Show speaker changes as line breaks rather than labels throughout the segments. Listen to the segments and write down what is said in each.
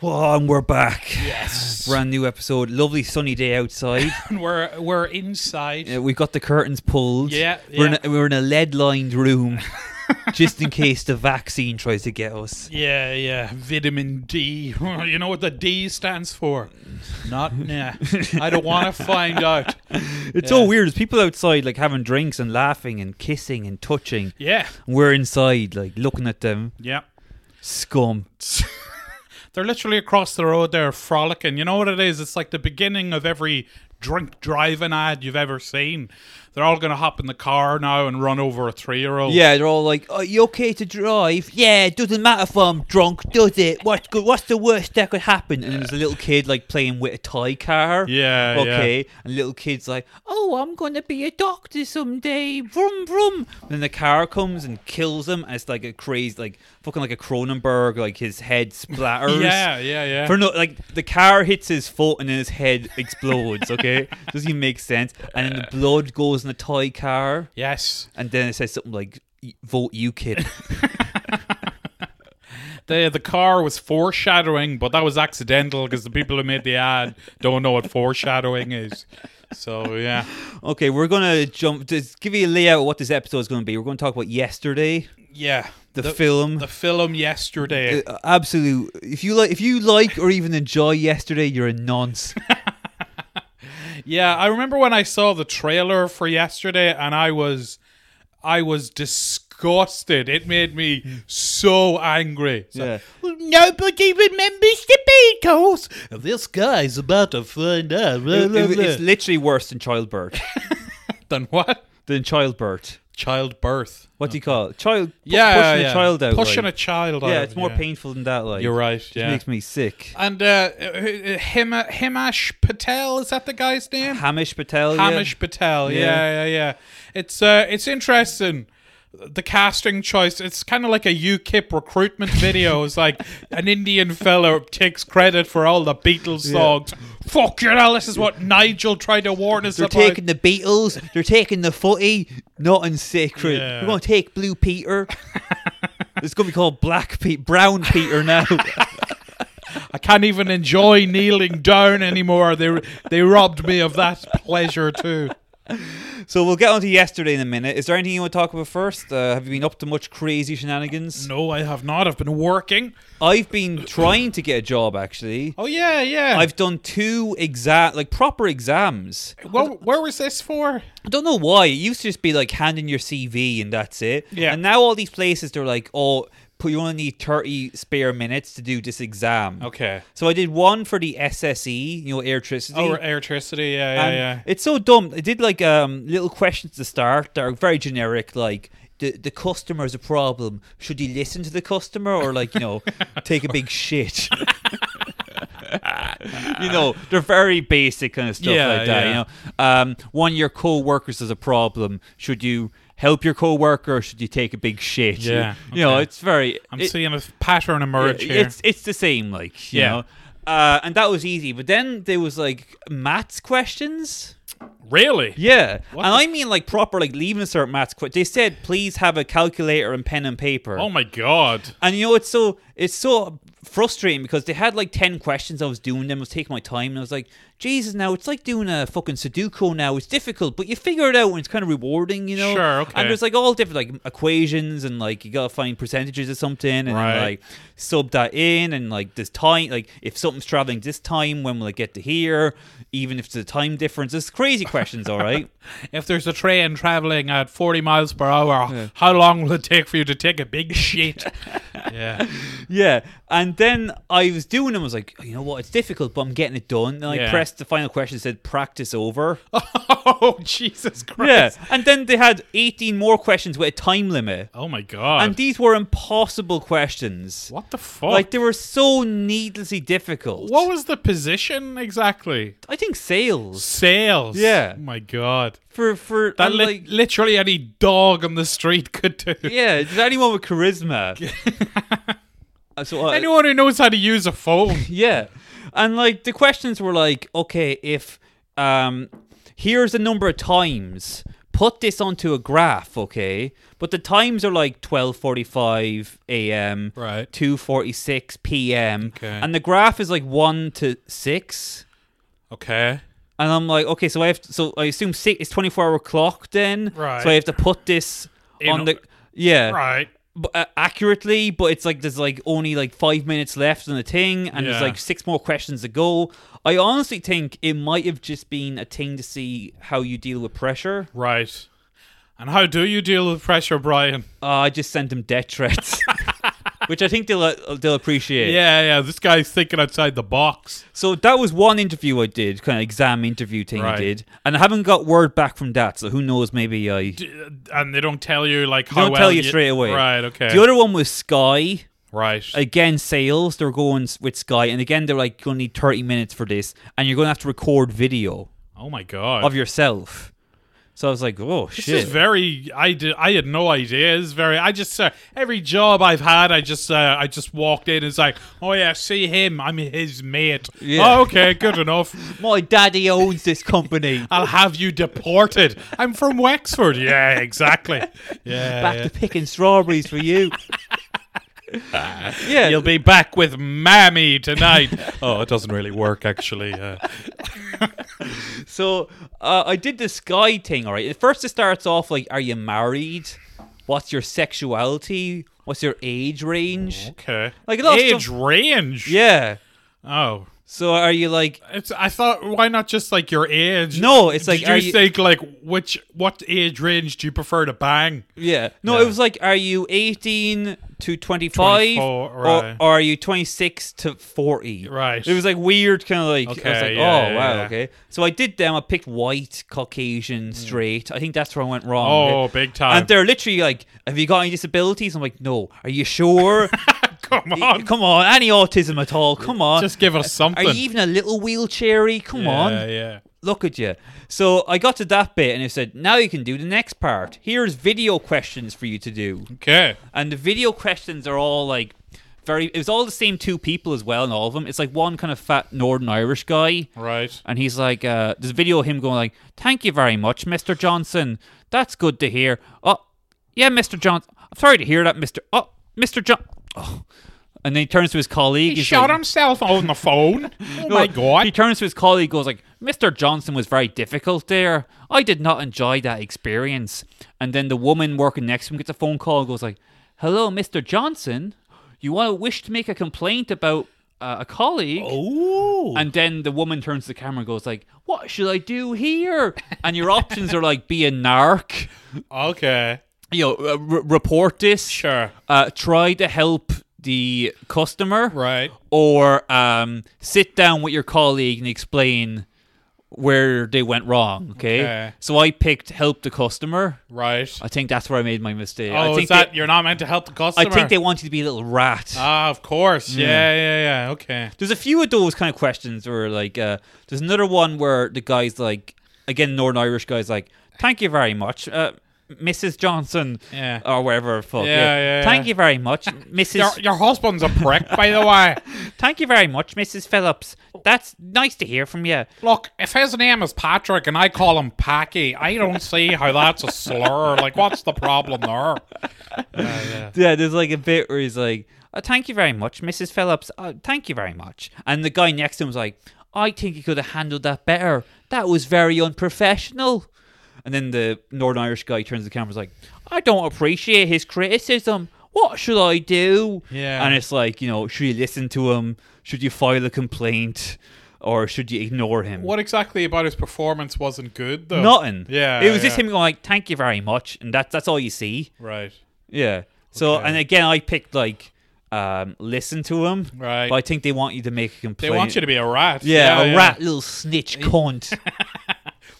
Whoa, and we're back.
Yes.
Brand new episode. Lovely sunny day outside.
And we're we're inside.
Uh, We've got the curtains pulled.
Yeah,
We're, in
yeah.
a, we're in a lead lined room just in case the vaccine tries to get us.
Yeah, yeah. Vitamin D. You know what the D stands for? Not nah. I don't want to find out.
It's
Yeah.
so weird. There's people outside like having drinks and laughing and kissing and touching.
Yeah,
And we're inside like looking at them.
yeah.
Scum.
They're literally across the road. They're frolicking. You know what it is? It's like the beginning of every drink driving ad you've ever seen. They're all gonna hop in the car now and run over a three-year-old.
Yeah, they're all like, "Are you okay to drive?" Yeah, it doesn't matter if I'm drunk, does it? What's good? What's the worst that could happen? And there's a little kid like playing with a toy car.
Yeah, Oh, yeah.
Okay, and little kid's like, "Oh, I'm gonna be a doctor someday." Vroom vroom. And then the car comes and kills him. And it's like a crazy, like fucking like a Cronenberg, like his head splatters.
yeah, yeah, yeah.
For no, like the car hits his foot and then his head explodes. Okay, doesn't even make sense. And then the blood goes in the toy car.
yes.
And then it says something like "Vote UKIP."
The the car was foreshadowing, but that was accidental because the people who made the ad don't know what foreshadowing is. So yeah,
okay, we're gonna jump. Just give you a layout of what this episode is gonna be. We're gonna talk about yesterday,
yeah.
the, film.
the film yesterday.
Uh, absolute. If you like, if you like or even enjoy yesterday, you're a nonce.
yeah, I remember when I saw the trailer for yesterday, and I was, I was disgusted. It made me so angry. It's like, Nobody remembers the Beatles. This guy's about to find out. Blah,
It-
blah,
it-
blah.
it's literally worse than childbirth.
Done what?
than childbirth.
Childbirth.
What do you call it? Child. pu-
yeah,
pushing
yeah.
a child out.
Pushing
like.
a child out.
Yeah, it's more
painful.
painful than that. Like
You're right.
It
Yeah.
makes me sick.
And uh, Him- Himash Patel is that the guy's name?
Hamish Patel. yeah.
Hamish Patel. Yeah,
Yeah.
yeah, yeah. It's uh, it's interesting. The casting choice. It's kind of like a UKIP recruitment video. It's like an Indian fella takes credit for all the Beatles songs. Fuck you know, this is what Nigel tried to warn us
They're
about.
taking the Beatles. They're taking the footy. Nothing sacred.
Yeah.
We're going to take Blue Peter. it's going to be called Black Peter, Brown Peter now.
I can't even enjoy kneeling down anymore. They they robbed me of that pleasure too.
so we'll get on to yesterday in a minute. Is there anything you want to talk about first? Uh, have you been up to much crazy shenanigans?
No, I have not. I've been working.
I've been trying to get a job actually.
Oh yeah, yeah.
I've done two exact, like proper exams.
Well, where was this for?
I don't know why. It used to just be like hand in your CV and that's it.
Yeah.
And now all these places they're like, oh, put you only need thirty spare minutes to do this exam.
Okay.
So I did one for the SSE, you know, electricity.
Oh, electricity. Yeah, yeah,
and
yeah.
It's so dumb. I did like um, little questions to start that are very generic, like the the customer's a problem. Should you listen to the customer or like you know take a big shit? you know, they're very basic kind of stuff
Yeah,
like that.
yeah.
You know, um, one of your co-workers is a problem. Should you help your co-worker or should you take a big shit?
Yeah,
you know,
okay.
it's very.
I'm
it-
seeing a pattern emerge
yeah,
here.
It's it's the same, like you
Yeah.
know. Uh, and that was easy, but then there was like maths questions.
really?
Yeah,
What
and
the-
I mean like proper like leaving cert maths. Qu- they said please have a calculator and pen and paper.
Oh my god.
And you know it's so it's so frustrating because they had like ten questions. I was doing them, I was taking my time, and I was like, Jesus, now it's like doing a fucking Sudoku. Now it's difficult, but you figure it out, and it's kind of rewarding, you know.
Sure, okay.
And there's like all different like equations, and like you gotta find percentages or something, and then,
Right.
like sub that in, and like this time, like if something's traveling this time, when will it get to here? Even if it's a time difference, it's crazy questions. all right.
If there's a train traveling at 40 miles per hour, how long will it take for you to take a big shit? yeah.
Yeah, and then I was doing them. I was like, "Oh, you know what? It's difficult, but I'm getting it done. And I
Yeah.
pressed the final question. It said practice over.
Oh Jesus
yeah,
Christ.
and then they had 18 more questions with a time limit,
Oh my god.
and these were impossible questions.
what the fuck?
Like they were so needlessly difficult.
what was the position exactly?
I think sales
Sales.
Yeah.
Oh my god.
for for
That
and,
li-
like.
literally any dog on the street could do.
Yeah, is anyone with charisma? Uh, so, uh,
Anyone who knows how to use a phone.
Yeah. And like the questions were like, okay, if um here's the number of times put this onto a graph, okay? But the times are like 12:45 a.m.,
Right.
2:46 p.m.,
Okay.
and the graph is like 1 to 6.
Okay.
And I'm like, okay, so I have to, so I assume six it's 24 hour clock then.
Right.
So I have to put this
In
on
o-
the yeah
Right.
b- uh, accurately, but it's like there's like only like five minutes left on the thing, and there's
Yeah.
like six more questions to go. I honestly think it might have just been a thing to see how you deal with pressure.
Right. And how do you deal with pressure, Brian?
Uh, I just sent them death threats, which I think they'll uh, they'll appreciate.
Yeah, yeah. This guy's thinking outside the box.
So that was one interview I did, kind of exam interview thing I
Right.
did, and I haven't got word back from that. So who knows? Maybe I
D- And they don't tell you like how
don't
well
tell you straight away.
Right. Okay.
The other one was Sky.
right.
Again, sales. They're going s- with Sky, and again, they're like, "You're gonna need 30 minutes for this, and you're gonna have to record video
oh my god.
of yourself." So I was like, "Oh
This
shit!"
is very. I did. I had no idea. It's very. I just uh, every job I've had, I just uh, I just walked in. and It's like, oh yeah, see him. I'm his mate.
Yeah.
Oh, okay, good enough.
My daddy owns this company.
I'll have you deported. I'm from Wexford. Yeah, exactly. Yeah,
Back
yeah.
to picking strawberries for you. yeah,
you'll be back with Mammy tonight. oh, it doesn't really work actually. Uh,
So uh, I did the sky thing, all right. At first, it starts off like, "Are you married? What's your sexuality? What's your age range?"
okay.
Like, a lot of
age
stuff-
range.
Yeah.
Oh,
So are you like?
It's. I thought, why not just like your age?
No, it's like,
Did
are
you,
you-
think like which what age range do you prefer to bang?
Yeah. No,
Yeah.
it was like, "Are you eighteen to twenty-five,
24,
or,
right.
or are you twenty-six to 40?
Right.
It was like weird, kind of like I was
Okay,
like,
yeah,
"Oh
yeah,
wow,
yeah.
okay." So I did them. I picked white, Caucasian, straight. I think that's where I went wrong.
Oh,
okay?
big time.
And they're literally like, "Have you got any disabilities?" I'm like, "No." Are you sure?
Come
Y-
on,
Come on, any autism at all? Come on.
just give us
are
something.
you even a little wheelchairy? Come
yeah,
on,
yeah.
look at you. So I got to that bit and it said, now you can do the next part. Here's video questions for you to do.
Okay.
And the video questions are all like very, it was all the same two people as well in all of them. It's like one kind of fat Northern Irish guy.
Right.
And he's like, uh, there's a video of him going like, "Thank you very much, Mr. Johnson. That's good to hear." Oh, yeah, Mr. Johnson. I'm sorry to hear that, Mr. Oh, Mr. John. Oh. And then he turns to his colleague.
He
he's
shot
like-
himself on the phone. Oh my
He
god.
turns to his colleague, goes like, "Mr. Johnson was very difficult there. I did not enjoy that experience." And then the woman working next to him gets a phone call and goes like, "Hello, Mr. Johnson. You want to wish to make a complaint about uh, a colleague?"
Oh. Ooh.
And then the woman turns to the camera and goes like, "What should I do here?" And your options are like, "Be a narc,
Okay.
you know, uh, r- report this,
Sure.
uh, try to help the customer,
Right.
or um, sit down with your colleague and explain where they went wrong." Okay?
Okay.
So I picked help the customer.
Right.
I think that's where I made my mistake. I
oh,
think
is that
they-
you're not meant to help the
I
customer?
think they want you to be a little rat.
Ah, of course. Yeah, yeah, yeah. Okay.
There's a few of those kind of questions where like uh, there's another one where the guy's like again Northern Irish guy's like, Thank you very much, uh, Mrs. Johnson
Yeah.
or whatever fuck.
Yeah, yeah,
Thank
yeah.
you very much,
Your,
Mrs.
your husband's a prick, by the way.
Thank you very much, Mrs. Phillips. That's nice to hear from you.
Look, if his name is Patrick and I call him Packy, I don't see how that's a slur. Like, what's the problem there?
Yeah, there's like a bit where he's like, oh, "Thank you very much, Mrs. Phillips. Oh, thank you very much." And the guy next to him was like, "I think he could have handled that better. That was very unprofessional." And then the Northern Irish guy turns to the camera and is like, "I don't appreciate his criticism. What should I do?"
Yeah.
and it's like, you know, should you listen to him? Should you file a complaint, or should you ignore him?
What exactly about his performance wasn't good, though?
Nothing.
Yeah,
it was just
yeah.
him going like, "Thank you very much," and that's that's all you see.
Right.
Yeah. So
Okay.
and again, I picked like um, listen to him,
Right.
But I think they want you to make a
They
complaint.
want you to be a rat.
yeah, a rat little snitch cunt.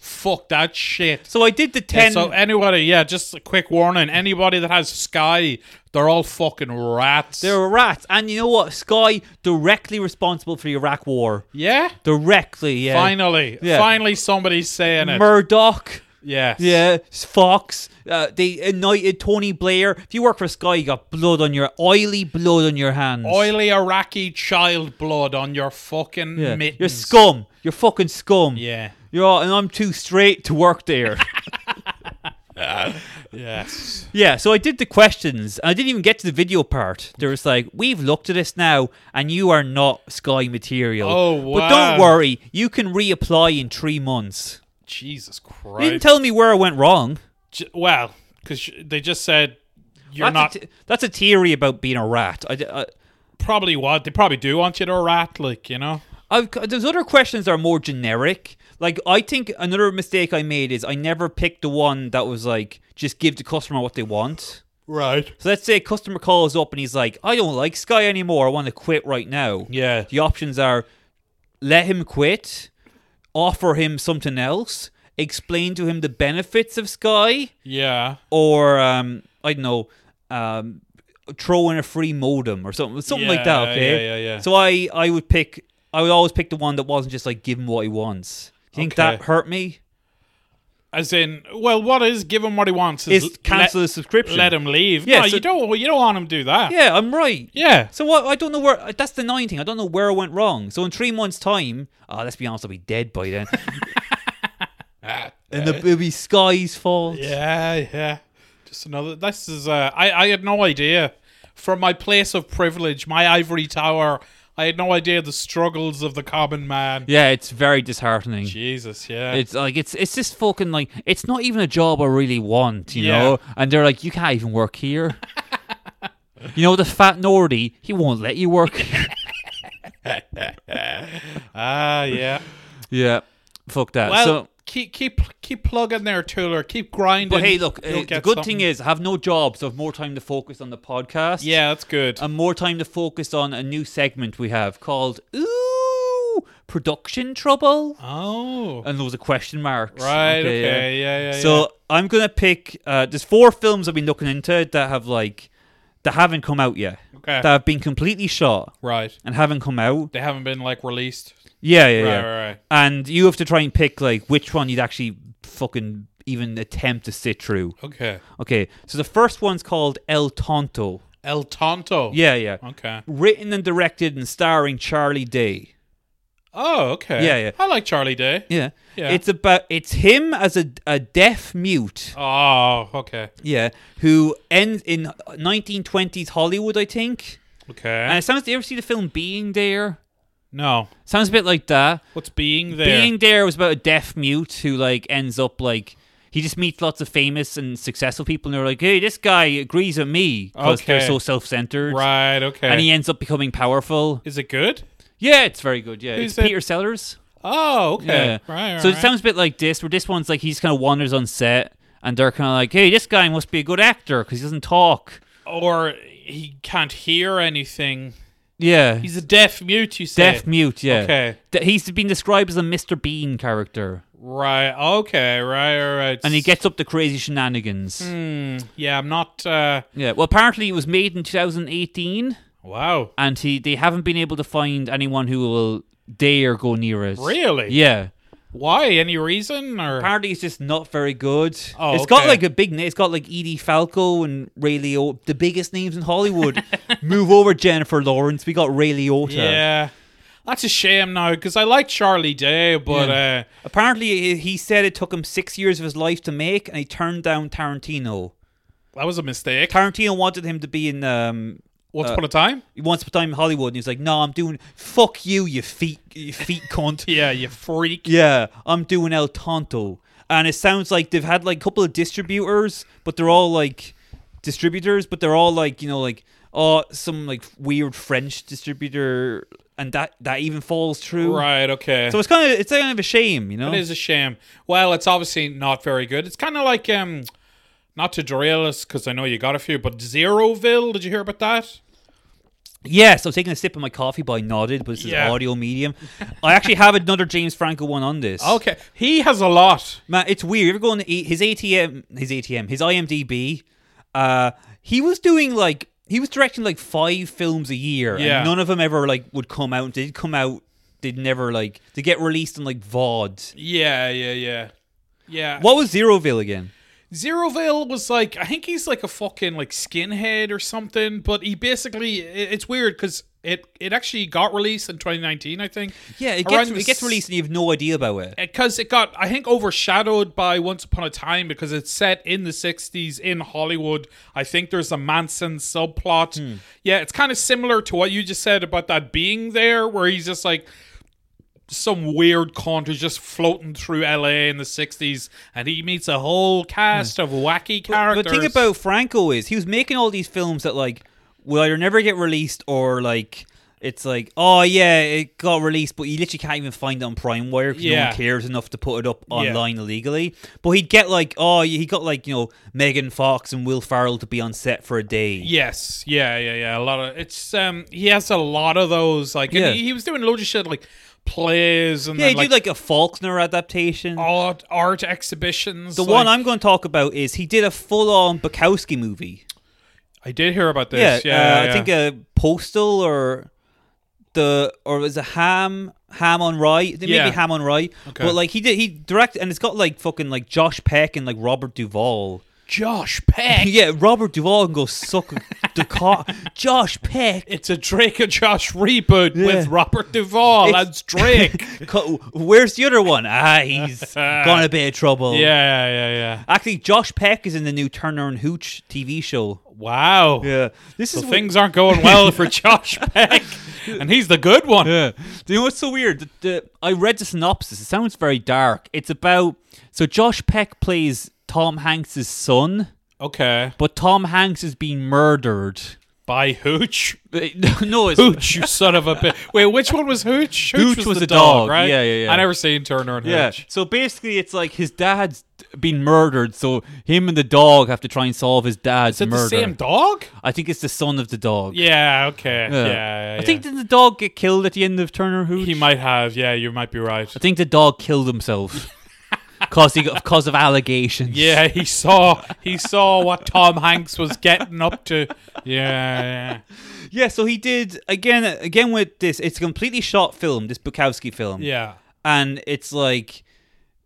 Fuck that shit.
so I did the
Yeah,
ten.
so anybody, yeah, just a quick warning. Anybody that has Sky, they're all fucking rats.
There were rats, and you know what? Sky directly responsible for the Iraq War.
yeah?
Directly, yeah.
Finally.
Yeah.
Finally somebody's saying it.
Murdoch.
yes.
Yeah, Fox. Uh, they anointed Tony Blair. If you work for Sky, you got blood on your oily blood on your hands.
Oily Iraqi child blood on your fucking
Yeah.
mittens.
You're scum. You're fucking scum.
Yeah.
You're all, and I'm too straight to work there.
Yes.
Yeah, so I did the questions. and I didn't even get to the video part. There was like, we've looked at this now, and you are not Sky material.
Oh,
But don't
wow.
worry, you can reapply in three months.
Jesus
They
Christ.
didn't tell me where I went wrong.
J- well, because they just said you're
that's,
not
a t- that's a theory about being a rat. I, d- I-
probably what they probably do want you to rat, like you know.
I've, c- there's other questions that are more generic. Like I think another mistake I made is I never picked the one that was like just give the customer what they want.
Right.
So let's say a customer calls up and he's like, I don't like Sky anymore. I want to quit right now.
Yeah.
The options are let him quit, offer him something else, explain to him the benefits of Sky,
Yeah.
or um, I don't know, um, throw in a free modem or something, something like that.
Yeah,
Okay.
yeah, yeah, yeah.
So I, I would pick, I would always pick the one that wasn't just like give him what he wants. Do you think
Okay.
that hurt me?
As in, well, what is give him what he wants is,
Is cancel the
let,
subscription?
let him leave.
Yeah,
no,
so-
you don't. You don't want him to do that.
Yeah, I'm right.
Yeah.
So what? I don't know where. That's the annoying thing. I don't know where I went wrong. So in three months' time, oh, let's be honest, I'll be dead by then. and the, it'll be Sky's fault.
Yeah. Yeah. Just another. This is. Uh, I. I had no idea. From my place of privilege, my ivory tower, I had no idea the struggles of the common man.
Yeah, it's very disheartening.
Jesus. Yeah.
It's like it's it's just fucking like it's not even a job I really want, you
Yeah.
know. And they're like, you can't even work here. you know the fat Nordy, he won't let you work.
ah. Yeah.
yeah, fuck that.
Well,
so,
keep keep keep plugging there, Tuller. Keep grinding.
but hey, look,
You'll
uh, the
get
good
something.
thing is I have no job, so I have more time to focus on the podcast.
yeah, that's good.
and more time to focus on a new segment we have called "Ooh Production Trouble,"
oh,
and there was a question mark.
right. Okay. Yeah. Yeah. yeah
uh, So I'm gonna pick. Uh, there's four films I've been looking into that have like that haven't come out yet,
okay.
that have been completely shot
right.
and haven't come out.
They haven't been like released.
Yeah, yeah, yeah.
Right. Right. Right.
And you have to try and pick like which one you'd actually fucking even attempt to sit through.
Okay.
Okay, so the first one's called El Tonto.
El Tonto.
Yeah, yeah.
Okay.
Written and directed and starring Charlie Day.
Oh, okay.
Yeah, yeah.
I like Charlie Day.
Yeah.
Yeah.
It's about it's him as a, a deaf mute.
Oh, okay.
Yeah. Who ends in 1920s Hollywood, I think. And
Okay.
it sounds. Do you ever see the film Being There?
No.
Sounds a bit like that.
What's being there?
Being There was about a deaf mute who like ends up like he just meets lots of famous and successful people, and they're like, "Hey, this guy agrees with me because they're
Okay.
so self-centered."
right. Okay.
And he ends up becoming powerful.
is it good?
Yeah, it's very good. Yeah,
Who's
it's
that-
Peter Sellers.
Oh,
Yeah.
okay. Right. right
so it
right.
sounds a bit like this, where this one's like he just kind of wanders on set, and they're kind of like, "Hey, this guy must be a good actor because he doesn't talk."
or he can't hear anything.
Yeah, he's
He's a deaf mute. You say.
deaf mute. Yeah,
Okay.
Th- he's been described as a Mr. Bean character,
Right. Okay. Right. All right.
and he gets up to crazy shenanigans.
Hmm, yeah, I'm not. Uh,
Yeah, well, apparently it was made in 2018,
wow.
and he they haven't been able to find anyone who will dare go near it.
Really?
Yeah.
Why? Any reason or?
Apparently it's just not very good.
Oh,
it's got
okay.
like a big name. It's got like Edie Falco and Ray Liotta, the biggest names in Hollywood. Move over, Jennifer Lawrence. We got Ray Liotta.
Yeah. That's a shame now because I like Charlie Day, but
Yeah.
uh,
Apparently, he- he said it took him six years of his life to make, and he turned down Tarantino.
that was a mistake.
Tarantino wanted him to be in um,
Once upon a time.
Once Upon a Time in Hollywood, and he was like, "No, I'm doing fuck you, you feet, you feet cunt."
Yeah, you freak.
Yeah, I'm doing El Tonto. And it sounds like they've had like a couple of distributors, but they're all like distributors, but they're all like, you know, like oh some like weird French distributor and that that even falls through.
Right. Okay.
So it's kind of it's kind of a shame, you know.
it is a shame. Well, it's obviously not very good. It's kind of like um, not to derail us because I know you got a few, but Zeroville. Did you hear about that?
Yes, I was taking a sip of my coffee, but I nodded. But this is
Yeah.
audio medium. I actually have another James Franco one on this.
Okay. He has a lot.
Man, it's weird. You ever go on the, E, his ATM, his ATM, his IMDb? Uh, he was doing like he was directing like five films a year,
Yeah.
and none of them ever like would come out. They Did come out? They'd never like they get released on like VOD.
Yeah. Yeah. Yeah. Yeah.
What was Zeroville again?
Zeroville was like, I think he's like a fucking like skinhead or something, but he basically, i- it's weird because It it actually got released in 2019, I think.
Yeah, it
Around
gets,
the
it gets
s-
released and you have no idea about it.
because it got I think overshadowed by Once Upon a Time because it's set in the 60s in Hollywood. I think there's a Manson subplot.
Hmm.
Yeah, it's kind of similar to what you just said about that being there where he's just like some weird cunt who's just floating through LA in the 60s and he meets a whole cast of wacky characters.
Hmm. But the thing about Franco is he was making all these films that like will either never get released or like it's like oh yeah it got released but you literally can't even find it on Prime Wire because no
Yeah.
one cares enough to put it up
Yeah.
online illegally. But he'd get like oh he got like you know Megan Fox and Will Farrell to be on set for a day.
Yes, yeah, yeah, yeah. A lot of it's um he has a lot of those like and
Yeah.
he, he was doing loads of shit like plays and
yeah,
then, Oh,
he did like a Faulkner adaptation.
art art exhibitions.
the one I'm going to talk about is he did a full-on Bukowski movie.
I did hear about this. Yeah, yeah,
uh,
yeah.
I think uh, Postal or the or was it Ham Ham on Rye? Maybe
Yeah.
Ham on Rye.
Okay.
But like he did, he directed, and it's got like fucking like Josh Peck and like Robert Duvall.
Josh Peck.
yeah, Robert Duvall can go suck the car. Josh Peck.
It's a Drake and Josh reboot with Robert Duvall
It's-
as Drake.
Co- Where's the other one? Ah, he's gone a bit of trouble.
yeah, yeah, yeah.
Actually, Josh Peck is in the new Turner and Hooch TV show.
Wow.
Yeah, this
So
is
things aren't going well for Josh Peck, and he's the good one.
Yeah. Do you know what's so weird? The, the, I read the synopsis. It sounds very dark. It's about so Josh Peck plays Tom Hanks's son,
Okay.
but Tom Hanks is being murdered.
By Hooch.
Uh, No, it's
Hooch, you son of a bitch. Wait, which one was Hooch?
Hooch was the dog.
right?
Yeah, yeah, yeah.
I never seen Turner and
yeah.
Hooch.
So basically, it's like his dad's been murdered. So him and the dog have to try and solve his dad's
Is it
murder.
the same dog?
I think it's the son of the dog.
Yeah, okay. Yeah, yeah,
I think did the dog get killed at the end of Turner Hooch?
he might have. Yeah, you might be right.
I think the dog killed himself. Cause he got, cause of allegations.
Yeah, he saw he saw what Tom Hanks was getting up to. Yeah,
Yeah, so he did again again with this. It's a completely shot film, this Bukowski
yeah,
film.
yeah.
And it's like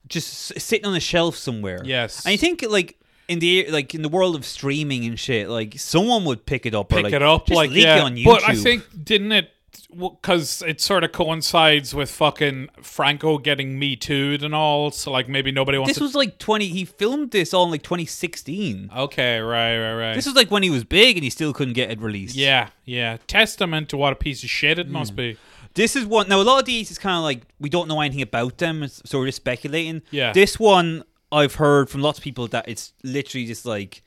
just s- sitting on a shelf somewhere.
Yes.
And you think like in the like in the world of streaming and shit, like someone would pick it up or
Pick
like
it up,
just
like
leak
yeah.
it on YouTube.
But I think didn't it? Because it sort of coincides with fucking Franco getting Me Too'd and all. So like maybe nobody wants
this was like twenty he filmed this all in like twenty sixteen.
to. Okay, right, right, right.
This was like when he was big and he still couldn't get it released.
yeah, yeah. Testament to what a piece of shit
Hmm.
it must be.
This is one. Now, a lot of these is kind of like we don't know anything about them, it's- so we're just speculating.
Yeah.
This one I've heard from lots of people that it's literally just like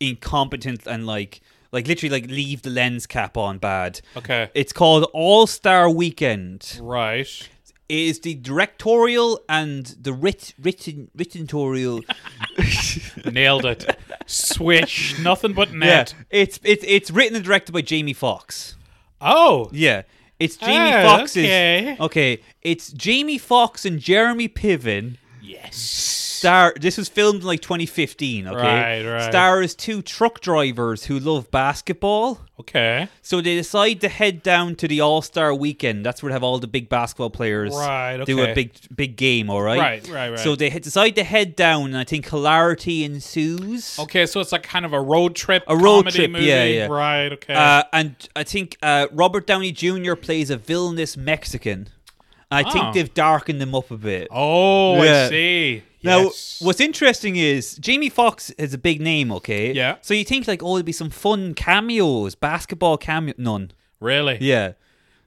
incompetent and like like literally like leave the lens cap on bad.
Okay,
It's called All Star Weekend.
right.
It is the directorial and the writ written writtentorial.
Nailed it. Swish. Nothing but
yeah.
net.
It's it's it's written and directed by Jamie Foxx.
Oh.
Yeah. It's Jamie
Oh,
Foxx's
okay.
okay. It's Jamie Foxx and Jeremy Piven.
Yes.
Star. This was filmed in like 2015. Okay.
Right, right.
Stars two truck drivers who love basketball,
Okay.
so they decide to head down to the All Star Weekend. That's where they have all the big basketball players
Right,
do a
okay.
big big game. All right.
Right, right, right.
So they he- decide to head down, and I think hilarity ensues.
Okay, so it's like kind of a road trip,
A road
comedy
trip,
movie.
yeah, yeah.
Right. Okay.
Uh, and I think uh, Robert Downey Jr. plays a villainous Mexican. I
Oh.
think they've darkened him up a bit.
oh, I
yeah.
see.
Now,
Yes.
what's interesting is Jamie Fox is a big name, okay?
Yeah.
So you think like, oh, there'll be some fun cameos, basketball cameo, none.
really?
Yeah.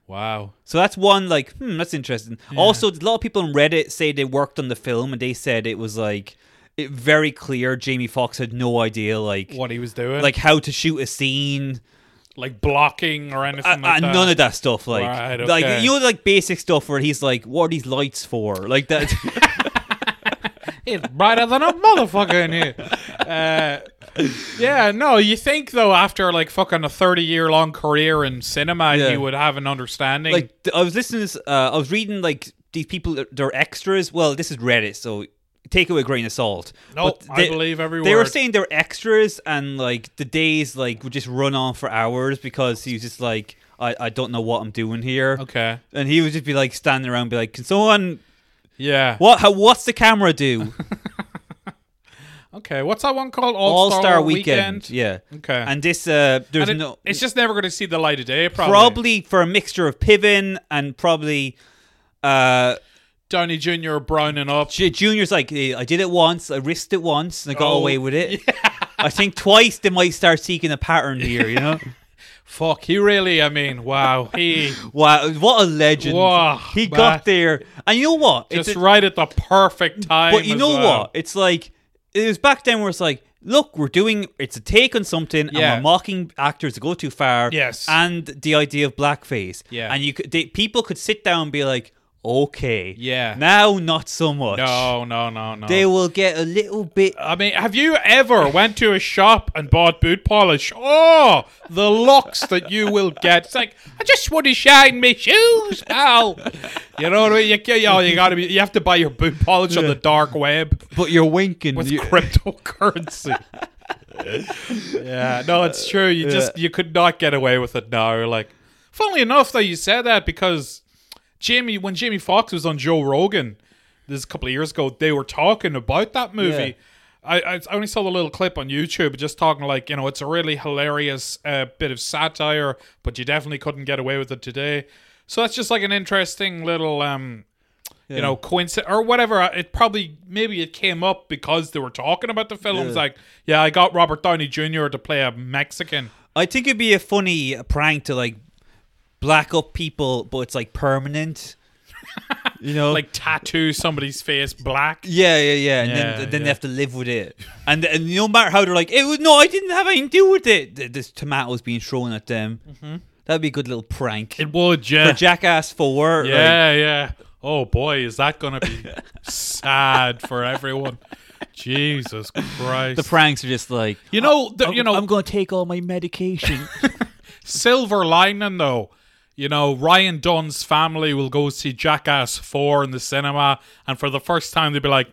Wow.
So that's one like, hmm, that's interesting. Also, a lot of people on Reddit say they worked on the film and they said it was like it, very clear Jamie Fox had no idea like
What he was doing,
like how to shoot a scene
like blocking or anything
and
like that.
uh, none of that stuff. Like,
Right, okay.
like you know, like basic stuff where he's like, what are these lights for? Like that.
it's brighter than a motherfucker in here. Uh, yeah, no. You think though, after like fucking a thirty-year-long career in cinema,
Yeah.
you would have an understanding.
like th- I was listening to this, uh, I was reading like these people that- they're extras. Well, this is Reddit, so take it with a grain of salt.
Nope,
But
I
they-
believe every
They were
word.
saying they're extras and like the days like would just run on for hours because he was just like I, I don't know what I'm doing here.
okay.
And he would just be like standing around, and be like, "Can someone
Yeah.
what? How, what's the camera do?"
Okay, what's that one called?
All
All
Star Weekend. Yeah.
Okay.
And this, uh, there's
And it-
no.
it's just never going to see the light of day. Probably.
probably for a mixture of Piven and probably. Uh,
Downey Jr. browning up.
J- Junior's like, "Eh, I did it once, I risked it once, and I got
Oh.
away with it. I think twice they might start seeking a pattern here, you know?
Fuck, he really. I mean, wow, he
wow, what a legend.
Wow,
he
man.
got there. And you know what? It's
just
a-
right at the perfect time.
But you
as
know
well.
what? It's like it was back then where it's like, look, we're doing it's a take on something,
Yeah.
and we're mocking actors that go too far.
Yes.
and the idea of blackface.
Yeah.
and you could they, people could sit down and be like, okay,
Yeah.
now not so much.
No, no, no, no.
They will get a little bit.
I mean, have you ever went to a shop and bought boot polish? Oh, the looks that you will get. It's like I just want to shine my shoes, pal. You know what I mean? You, you, know, you gotta be. You have to buy your boot polish on the dark web
But you're winking.
with cryptocurrency. yeah, no, it's true. You just you could not get away with it now. Like, funnily enough, though, you said that because Jamie, when Jamie Foxx was on Joe Rogan, this is a couple of years ago, they were talking about that movie.
Yeah.
I, I I only saw the little clip on YouTube, just talking like you know it's a really hilarious uh, bit of satire, but you definitely couldn't get away with it today. So that's just like an interesting little um, you know, coincidence or whatever. uh, It probably maybe it came up because they were talking about the films.
Yeah.
Like, yeah, I got Robert Downey Jr. to play a Mexican.
I think it'd be a funny prank to like black up people, but it's like permanent. You know,
Like tattoo somebody's face black.
Oh. Yeah, yeah, yeah. And
Yeah,
then, then
yeah.
they have to live with it. And and no matter how they're like, it was, no, I didn't have anything to do with it. Th- This tomatoes being thrown at them. That'd be a good little prank.
Mm-hmm. It would,
For
yeah,
Jackass Four. like-
yeah, yeah. Oh boy, is that gonna be sad for everyone? Jesus Christ!
the pranks are just like
you know, the,
I'm,
you know,
I'm gonna take all my medication.
silver lining though. You know, Ryan Dunn's family will go see Jackass 4 in the cinema, and for the first time, they'll be like,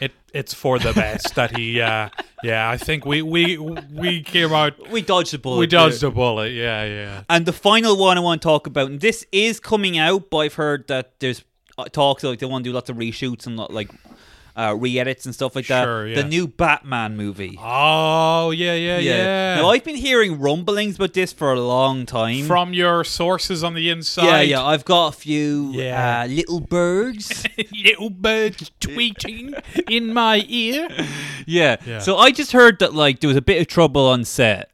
"It, it's for the best that he, uh, yeah, I think we we we came out,
we dodged the bullet.
we dodged
there.
a bullet, yeah, yeah,
And the final one I want to talk about, and this is coming out, but I've heard that there's uh, talks like they want to do lots of reshoots and lot like uh, re-edits and stuff like that.
Sure, yeah.
The new Batman movie.
oh yeah, yeah, yeah.
Now I've been hearing rumblings about this for a long time.
From your sources on the inside,
yeah, yeah. I've got a few
Yeah.
uh, little birds.
little birds tweeting in my ear.
yeah.
Yeah.
So I just heard that like there was a bit of trouble on set,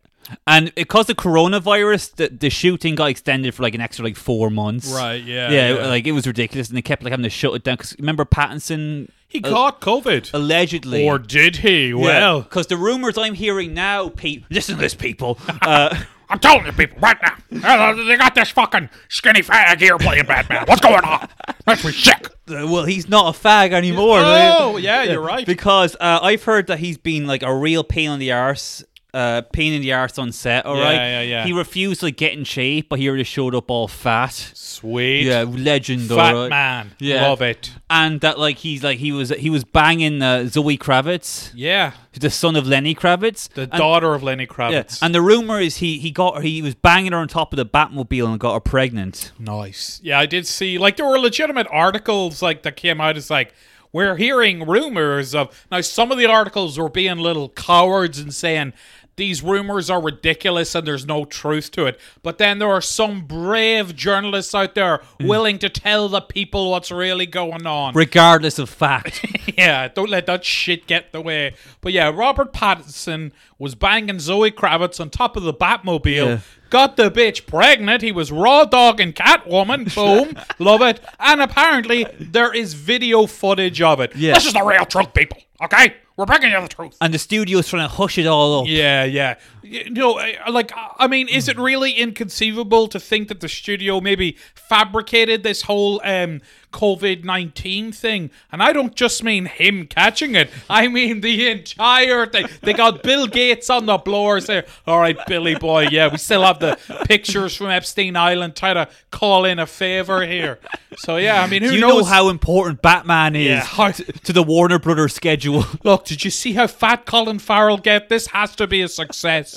and because of coronavirus, the, the shooting got extended for like an extra like four months.
Right, yeah,
Yeah.
yeah.
Like it was ridiculous, and they kept like having to shut it down. Because remember Pattinson
He caught
uh,
COVID,
allegedly.
or did he? Well,
because the rumors I'm hearing now, Pete, listen to this, people. Uh,
I'm telling you people right now. Uh, They got this fucking skinny fag here playing Batman. What's going on? That's me sick.
well, he's not a fag anymore.
Oh, yeah, you're right.
because uh, I've heard that he's been like a real pain in the arse. Uh, pain in the arse on set. All
Yeah,
right.
yeah, yeah.
He refused to get in shape, but he already showed up all fat.
Sweet.
Yeah, legend.
Fat
all right.
man.
Yeah.
Love it.
And that like he's like he was he was banging uh, Zoe Kravitz,
Yeah.
the son of Lenny Kravitz.
The
and,
daughter of Lenny
yeah,
Kravitz.
and the rumor is he he got her, he was banging her on top of the Batmobile and got her pregnant.
nice. Yeah, I did see like there were legitimate articles like that came out as like we're hearing rumors of now some of the articles were being little cowards and saying these rumors are ridiculous and there's no truth to it. But then there are some brave journalists out there willing to tell the people what's really going on.
Regardless of fact,
Yeah, don't let that shit get in the way. But yeah, Robert Pattinson was banging Zoe Kravitz on top of the Batmobile.
Yeah.
Got the bitch pregnant. He was raw dog and Catwoman. Boom, love it. And apparently there is video footage of it.
Yeah.
This is the real truth, people. Okay, we're bringing you the truth.
and the studio's trying to hush it all up.
Yeah, yeah. You know, I- I- like, I I mean, is it
Mm.
really inconceivable to think that the studio maybe fabricated this whole um, COVID 19 thing? And I don't just mean him catching it, I mean the entire thing. They got Bill Gates on the blowers there. All right, Billy boy, yeah, we still have the pictures from Epstein Island trying to call in a favor here. So, yeah, I mean, who
Do you know
knows?
how important Batman is
Yeah, how-
to the Warner Brothers schedule?
Look, did you see how fat Colin Farrell get? This has to be a success.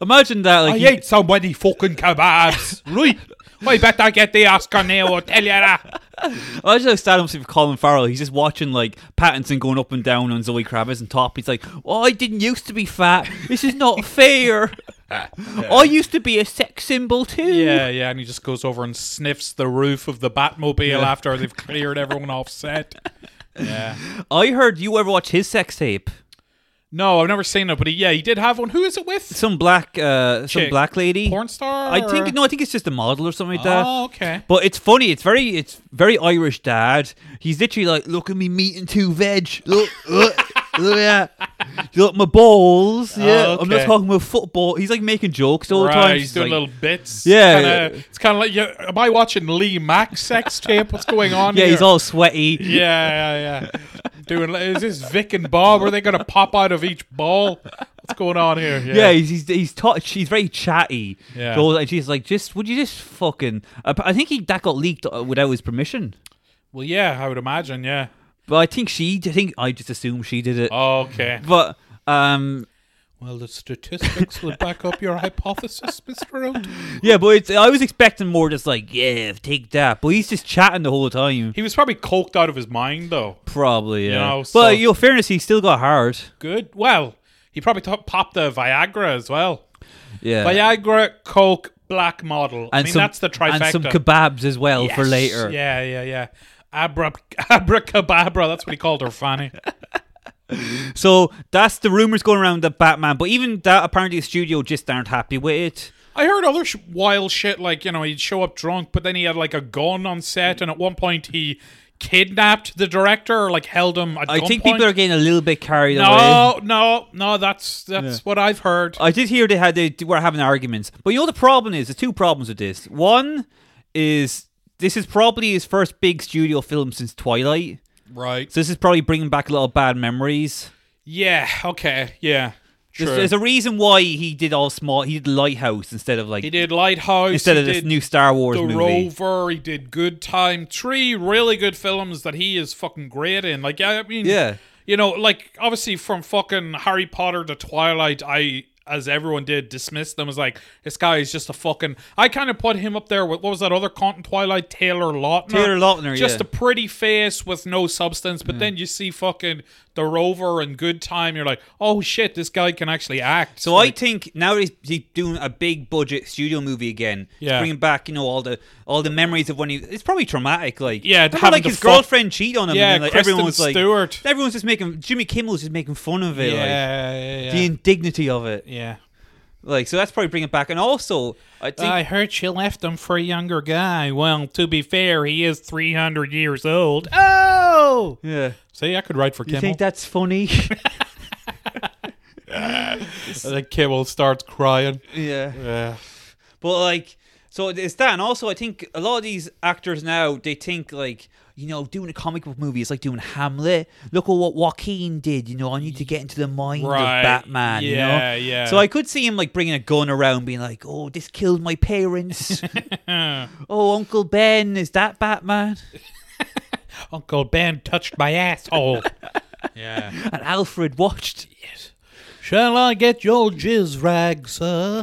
Imagine that, like,
I ate so many fucking kebabs. right. I bet I get the Oscar now, I'll tell you that.
Imagine how sad I'm for Colin Farrell. He's just watching like Pattinson going up and down on Zoe Kravitz and top. He's like, "Oh, I didn't used to be fat. This is not fair. I used to be a sex symbol too."
Yeah, yeah, and he just goes over and sniffs the roof of the Batmobile after they've cleared everyone off set. Yeah.
I heard you ever watch his sex tape.
No, I've never seen it, but he, yeah, he did have one. Who is it with?
Some black, uh, some
Chick.
black lady.
Porn star?
I think uh,
or-
no, I think it's just a model or something like that.
Oh, okay.
But it's funny. It's very, it's very Irish dad. He's literally like, look at me meat two veg. Look, look, look at that. You Look at my balls. Yeah,
Oh,
I'm not
okay.
talking about football. He's like making jokes all the
right,
time.
he's
It's
doing
like-
little bits.
Yeah,
Kinda-
yeah.
it's kind of like, yeah, am I watching Lee Mack sex tape? What's going on?
yeah,
here?
he's all sweaty.
Yeah, yeah, yeah. Doing li- is this Vic and Bob? Are they going to pop out of each ball? What's going on here?
Yeah, he's he's he's, ta- he's very chatty.
Yeah.
So, like, she's like, just would you just fucking? uh, I I think he that got leaked uh, without his permission.
Well, yeah, I would imagine. Yeah.
But I think she. I think I just assume she did
Oh.
it.
Okay.
But um,
Well, the statistics will back up your hypothesis, Mister Old.
yeah, but it's, I was expecting more. Just like, yeah, take that. But he's just chatting the whole time.
He was probably coked out of his mind, though.
Probably, yeah.
know, so-
but you know, fairness, he still got hard.
Good. Well, he probably t- popped the Viagra as well.
Yeah.
Viagra, Coke, black model. I mean, that's the trifecta.
And some kebabs as well for
Yes.
later.
Yeah, yeah, yeah. Abra, abracababra. That's what he called her, Fanny.
So that's the rumors going around the Batman. But even that, apparently, the studio just aren't happy with it.
I heard other sh- wild shit like you know he'd show up drunk, but then he had like a gun on set, and at one point he kidnapped the director or like held him. At
I think
gunpoint.
people are getting a little bit carried away.
No, no, no. That's that's what I've heard.
I did hear they had they were having arguments, but you know the problem is there's two problems with this. One is this is probably his first big studio film since Twilight,
right.
so this is probably bringing back a lot of bad memories.
Yeah. Okay. Yeah. True.
There's, there's a reason why he did all small. He did Lighthouse instead of like
he did Lighthouse.
instead
he
of this
did
new Star Wars
The
movie.
Rover. He did Good Time. Three really good films that he is fucking great in. Like I mean,
Yeah.
You know, like obviously from fucking Harry Potter to Twilight, I as everyone did dismissed them as like this guy is just a fucking. I kind of put him up there with what was that other con Twilight Taylor Lautner.
Taylor Lautner,
just
yeah.
a pretty face with no substance. But then you see fucking The Rover and Good Time, you're like, oh shit, this guy can actually act.
So I think now he's, he's doing a big budget studio movie again. He's
Yeah.
bringing back you know all the all the memories of when he. It's probably traumatic. Like
Yeah,
remember,
having
like
to
his
fuck-
girlfriend cheat on him.
Yeah,
and then, like
Kristen
everyone was like
Stewart.
Everyone's just making Jimmy Kimmel's just making fun of
yeah,
it. Like,
yeah, yeah.
the indignity of it.
yeah.
Like so that's probably bringing it back. And also I think
I heard she left him for a younger guy. Well, to be fair, he is 300 years old. Oh!
yeah.
See, I could write for
You
Kimmel.
think that's funny?
and then Kimmel starts crying.
yeah.
Yeah.
But like, so it's that, and also I think a lot of these actors now they think like, you know, doing a comic book movie is like doing Hamlet. Look at what Joaquin did. You know, I need to get into the mind
Right.
of Batman. you know?
Yeah, yeah.
So I could see him like bringing a gun around, being like, "Oh, this killed my parents. oh, Uncle Ben, is that Batman?"
Uncle Ben touched my asshole. yeah.
And Alfred watched.
Shall I get your jizz rag, sir?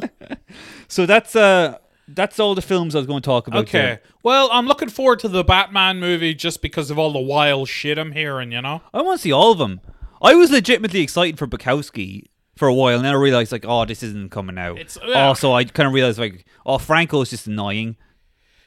So that's uh, that's all the films I was going to talk about.
Okay.
there.
Well, I'm looking forward to the Batman movie just because of all the wild shit I'm hearing, you know?
I want to see all of them. I was legitimately excited for Bukowski for a while, and then I realized like, oh, this isn't coming out.
It's-
also, I kind of realized like, oh, Franco's just annoying.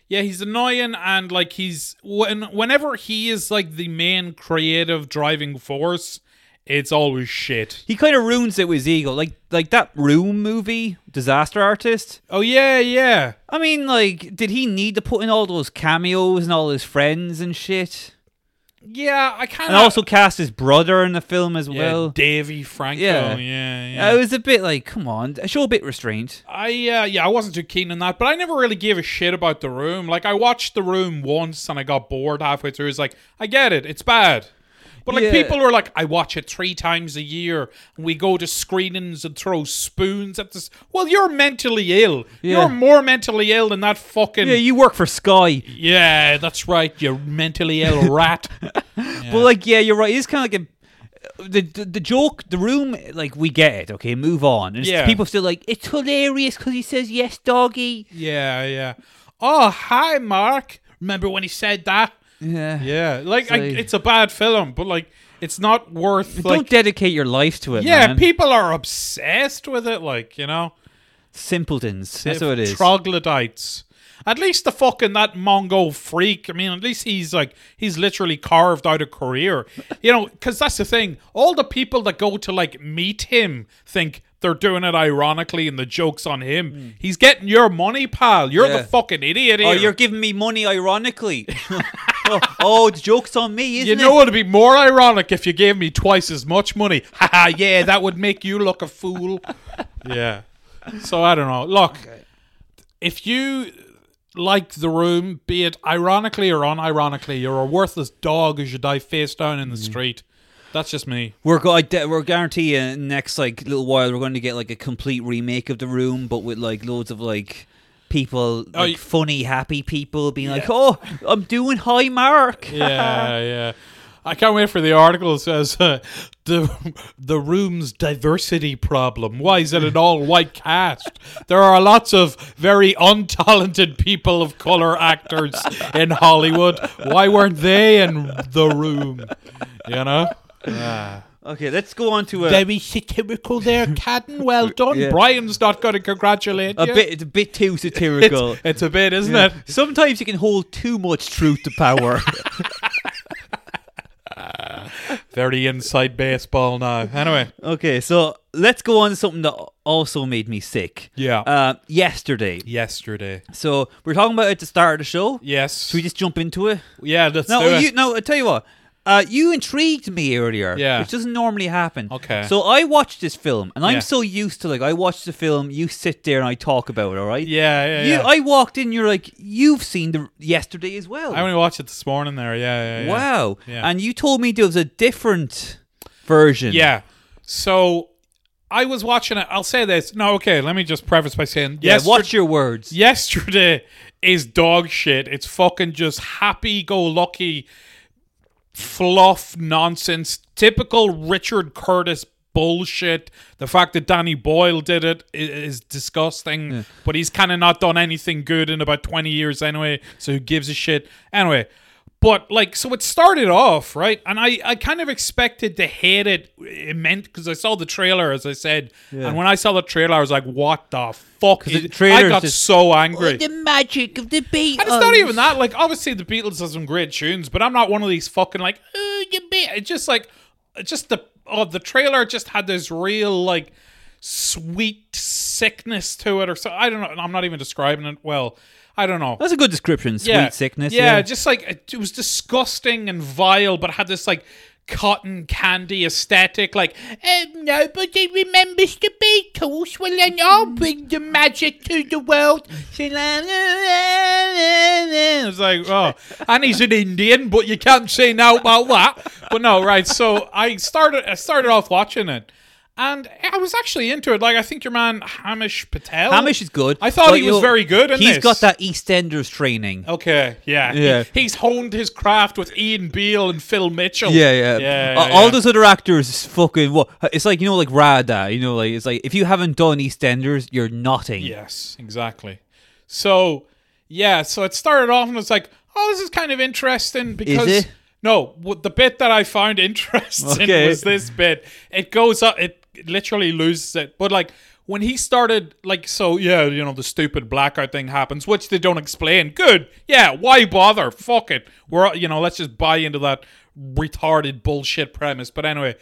Yeah, he's annoying, and like he's when whenever he is like the main creative driving force, it's always shit.
He kind of ruins it with his ego, like like that Room movie, Disaster Artist.
Oh yeah, yeah.
I mean, like, did he need to put in all those cameos and all his friends and shit,
Yeah, I kind
and
of
also cast his brother in the film as well?
Davy Franco.
Yeah.
Yeah, yeah.
I was a bit like, come on, show a bit restraint.
I uh, yeah, I wasn't too keen on that, but I never really gave a shit about the room. Like I watched the room once and I got bored halfway through. It's like I get it, it's bad. But like
Yeah.
people are like, I watch it three times a year, and we go to screenings and throw spoons at this. Well, you're mentally ill.
Yeah.
You're more mentally ill than that fucking.
Yeah,
Yeah,
you work for Sky.
that's right. You mentally ill rat.
But like, yeah, you're right. It's kind of like a the, the the joke, the room. Like we get it. Okay, move on. And it's-
Yeah.
people still like it's hilarious because he says yes, doggy.
yeah, yeah. Oh, hi, Mark. Remember when he said that?
Yeah.
Yeah, like I,
It's like-
it's a bad film, but like it's not worth
Don't
like.
dedicate your life to it.
Yeah,
man.
people are obsessed with it. Like you know,
simpletons. That's what it is.
Troglodytes. At least the fucking that Mongo freak. I mean, at least he's like he's literally carved out a career. You know, because that's the thing. All the people that go to like meet him think they're doing it ironically, and the joke's on him. He's getting your money, pal. You're
Hmm. Yeah.
the fucking idiot.
oh,
here.
you're giving me money ironically. oh, oh, the joke's on me, isn't
You know it'd be more ironic if you gave me twice as much money. Ha ha! yeah, that would make you look a fool. yeah. So I don't know. Look, if you like the room, be it ironically or unironically, you're a worthless dog who should die face down in the street. That's just me.
We're go- I de- we're guaranteeing next like little while we're going to get like a complete remake of the room, but with like loads of like people, like
you-
funny, happy people being like, "Oh, I'm doing high mark."
Yeah, yeah. I can't wait for the article that says uh, the the room's diversity problem. Why is it an all white cast? There are lots of very untalented people of color actors in Hollywood. Why weren't they in the room? You know.
Okay, let's go on to a
Very satirical there, Cadden. Well done.
Yeah.
Brian's not going to congratulate
a
you.
bit, a bit too satirical.
It's, um, it's a bit, isn't it?
Sometimes you can hold too much truth to power.
Very inside baseball now. Anyway,
okay, so let's go on to something that also made me sick.
Yeah.
Uh, yesterday.
yesterday.
So we we're talking about it at the start of the show.
Yes.
Should we just jump into it?
yeah, let's do
No,
it.
you, no. I tell you what. Uh, you intrigued me earlier,
Yeah.
which doesn't normally happen.
Okay.
So I watched this film, and I'm
Yeah.
so used to like I watch the film, you sit there and I talk about it. All right.
yeah, yeah,
You,
yeah.
I walked in, you're like, you've seen the yesterday as well.
I only watched it this morning there. Yeah, yeah, yeah.
wow.
Yeah.
And you told me there was a different version.
Yeah. So I was watching it. I'll say this. No, okay. Let me just preface by saying
Yeah.
yes.
watch your words.
yesterday is dog shit. It's fucking just happy go lucky fluff nonsense. Typical Richard Curtis bullshit. The fact that Danny Boyle did it i- is disgusting, but he's kind of not done anything good in about 20 years anyway, so who gives a shit? Anyway, but like so it started off, right? And I I kind of expected to hate it it meant cuz I saw the trailer as I said. And when I saw the trailer I was like what the fuck?
the
It- I
trailer's
got
just-
so angry.
The magic of the beat.
And it's not even that. Like, obviously, the Beatles have some great tunes, but I'm not one of these fucking like, oh, you be. It's just like, it's just the oh, the trailer just had this real like sweet sickness to it, or so. I don't know. I'm not even describing it well. I don't know.
That's a good description. Sweet sickness.
Yeah,
Yeah.
just like it, it was disgusting and vile, but had this like cotton candy aesthetic. Like um, nobody remembers the Beatles. Well, then I'll bring the magic to the world. It was like, oh, and he's an Indian, but you can't say now about that. But no, right. So I started. I started off watching it. And I was actually into it. Like I think your man Hamish Patel.
Hamish is good.
I thought
but
he was
you'll-
very good in
He's
this. Oh.
got that EastEnders training.
Okay, yeah.
Yeah.
He- he's honed his craft with Ian Beale and Phil Mitchell.
Yeah, yeah.
Yeah,
Uh,
yeah,
all
yeah.
those other actors is fucking what it's like, you know, like Rada, you know, like it's like if you haven't done EastEnders, you're nothing.
Yes, exactly. So, yeah, so it started off and it's like, oh, this is kind of interesting because.
it?
No, what the bit that I found interesting
Okay.
was this bit. It goes up, it literally loses it. But, like, when he started, like, so, yeah, you know, the stupid blackout thing happens, which they don't explain. Good. Yeah, why bother? Fuck it. We're, you know, let's just buy into that retarded bullshit premise. But anyway,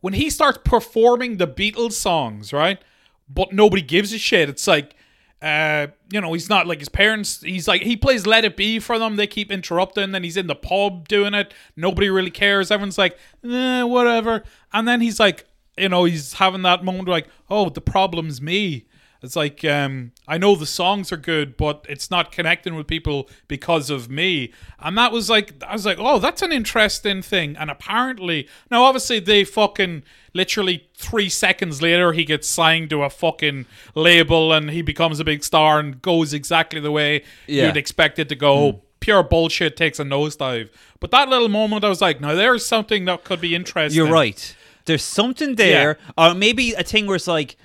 when he starts performing the Beatles songs, right? But nobody gives a shit. It's like, uh, you know, he's not like his parents. He's like he plays Let It Be for them. They keep interrupting. Then he's in the pub doing it. Nobody really cares. Everyone's like, eh, whatever. And then he's like, you know, he's having that moment like, oh, the problem's me. It's like um, I know the songs are good, but it's not connecting with people because of me. And that was like I was like, oh, that's an interesting thing. And apparently, now obviously they fucking literally three seconds later he gets signed to a fucking label and he becomes a big star and goes exactly the way
Yeah. Hmm.
you'd expect it to go. Pure bullshit takes a nosedive. But that little moment, I was like, now there's something that could be interesting.
You're right. There's something there, or maybe a thing where it's like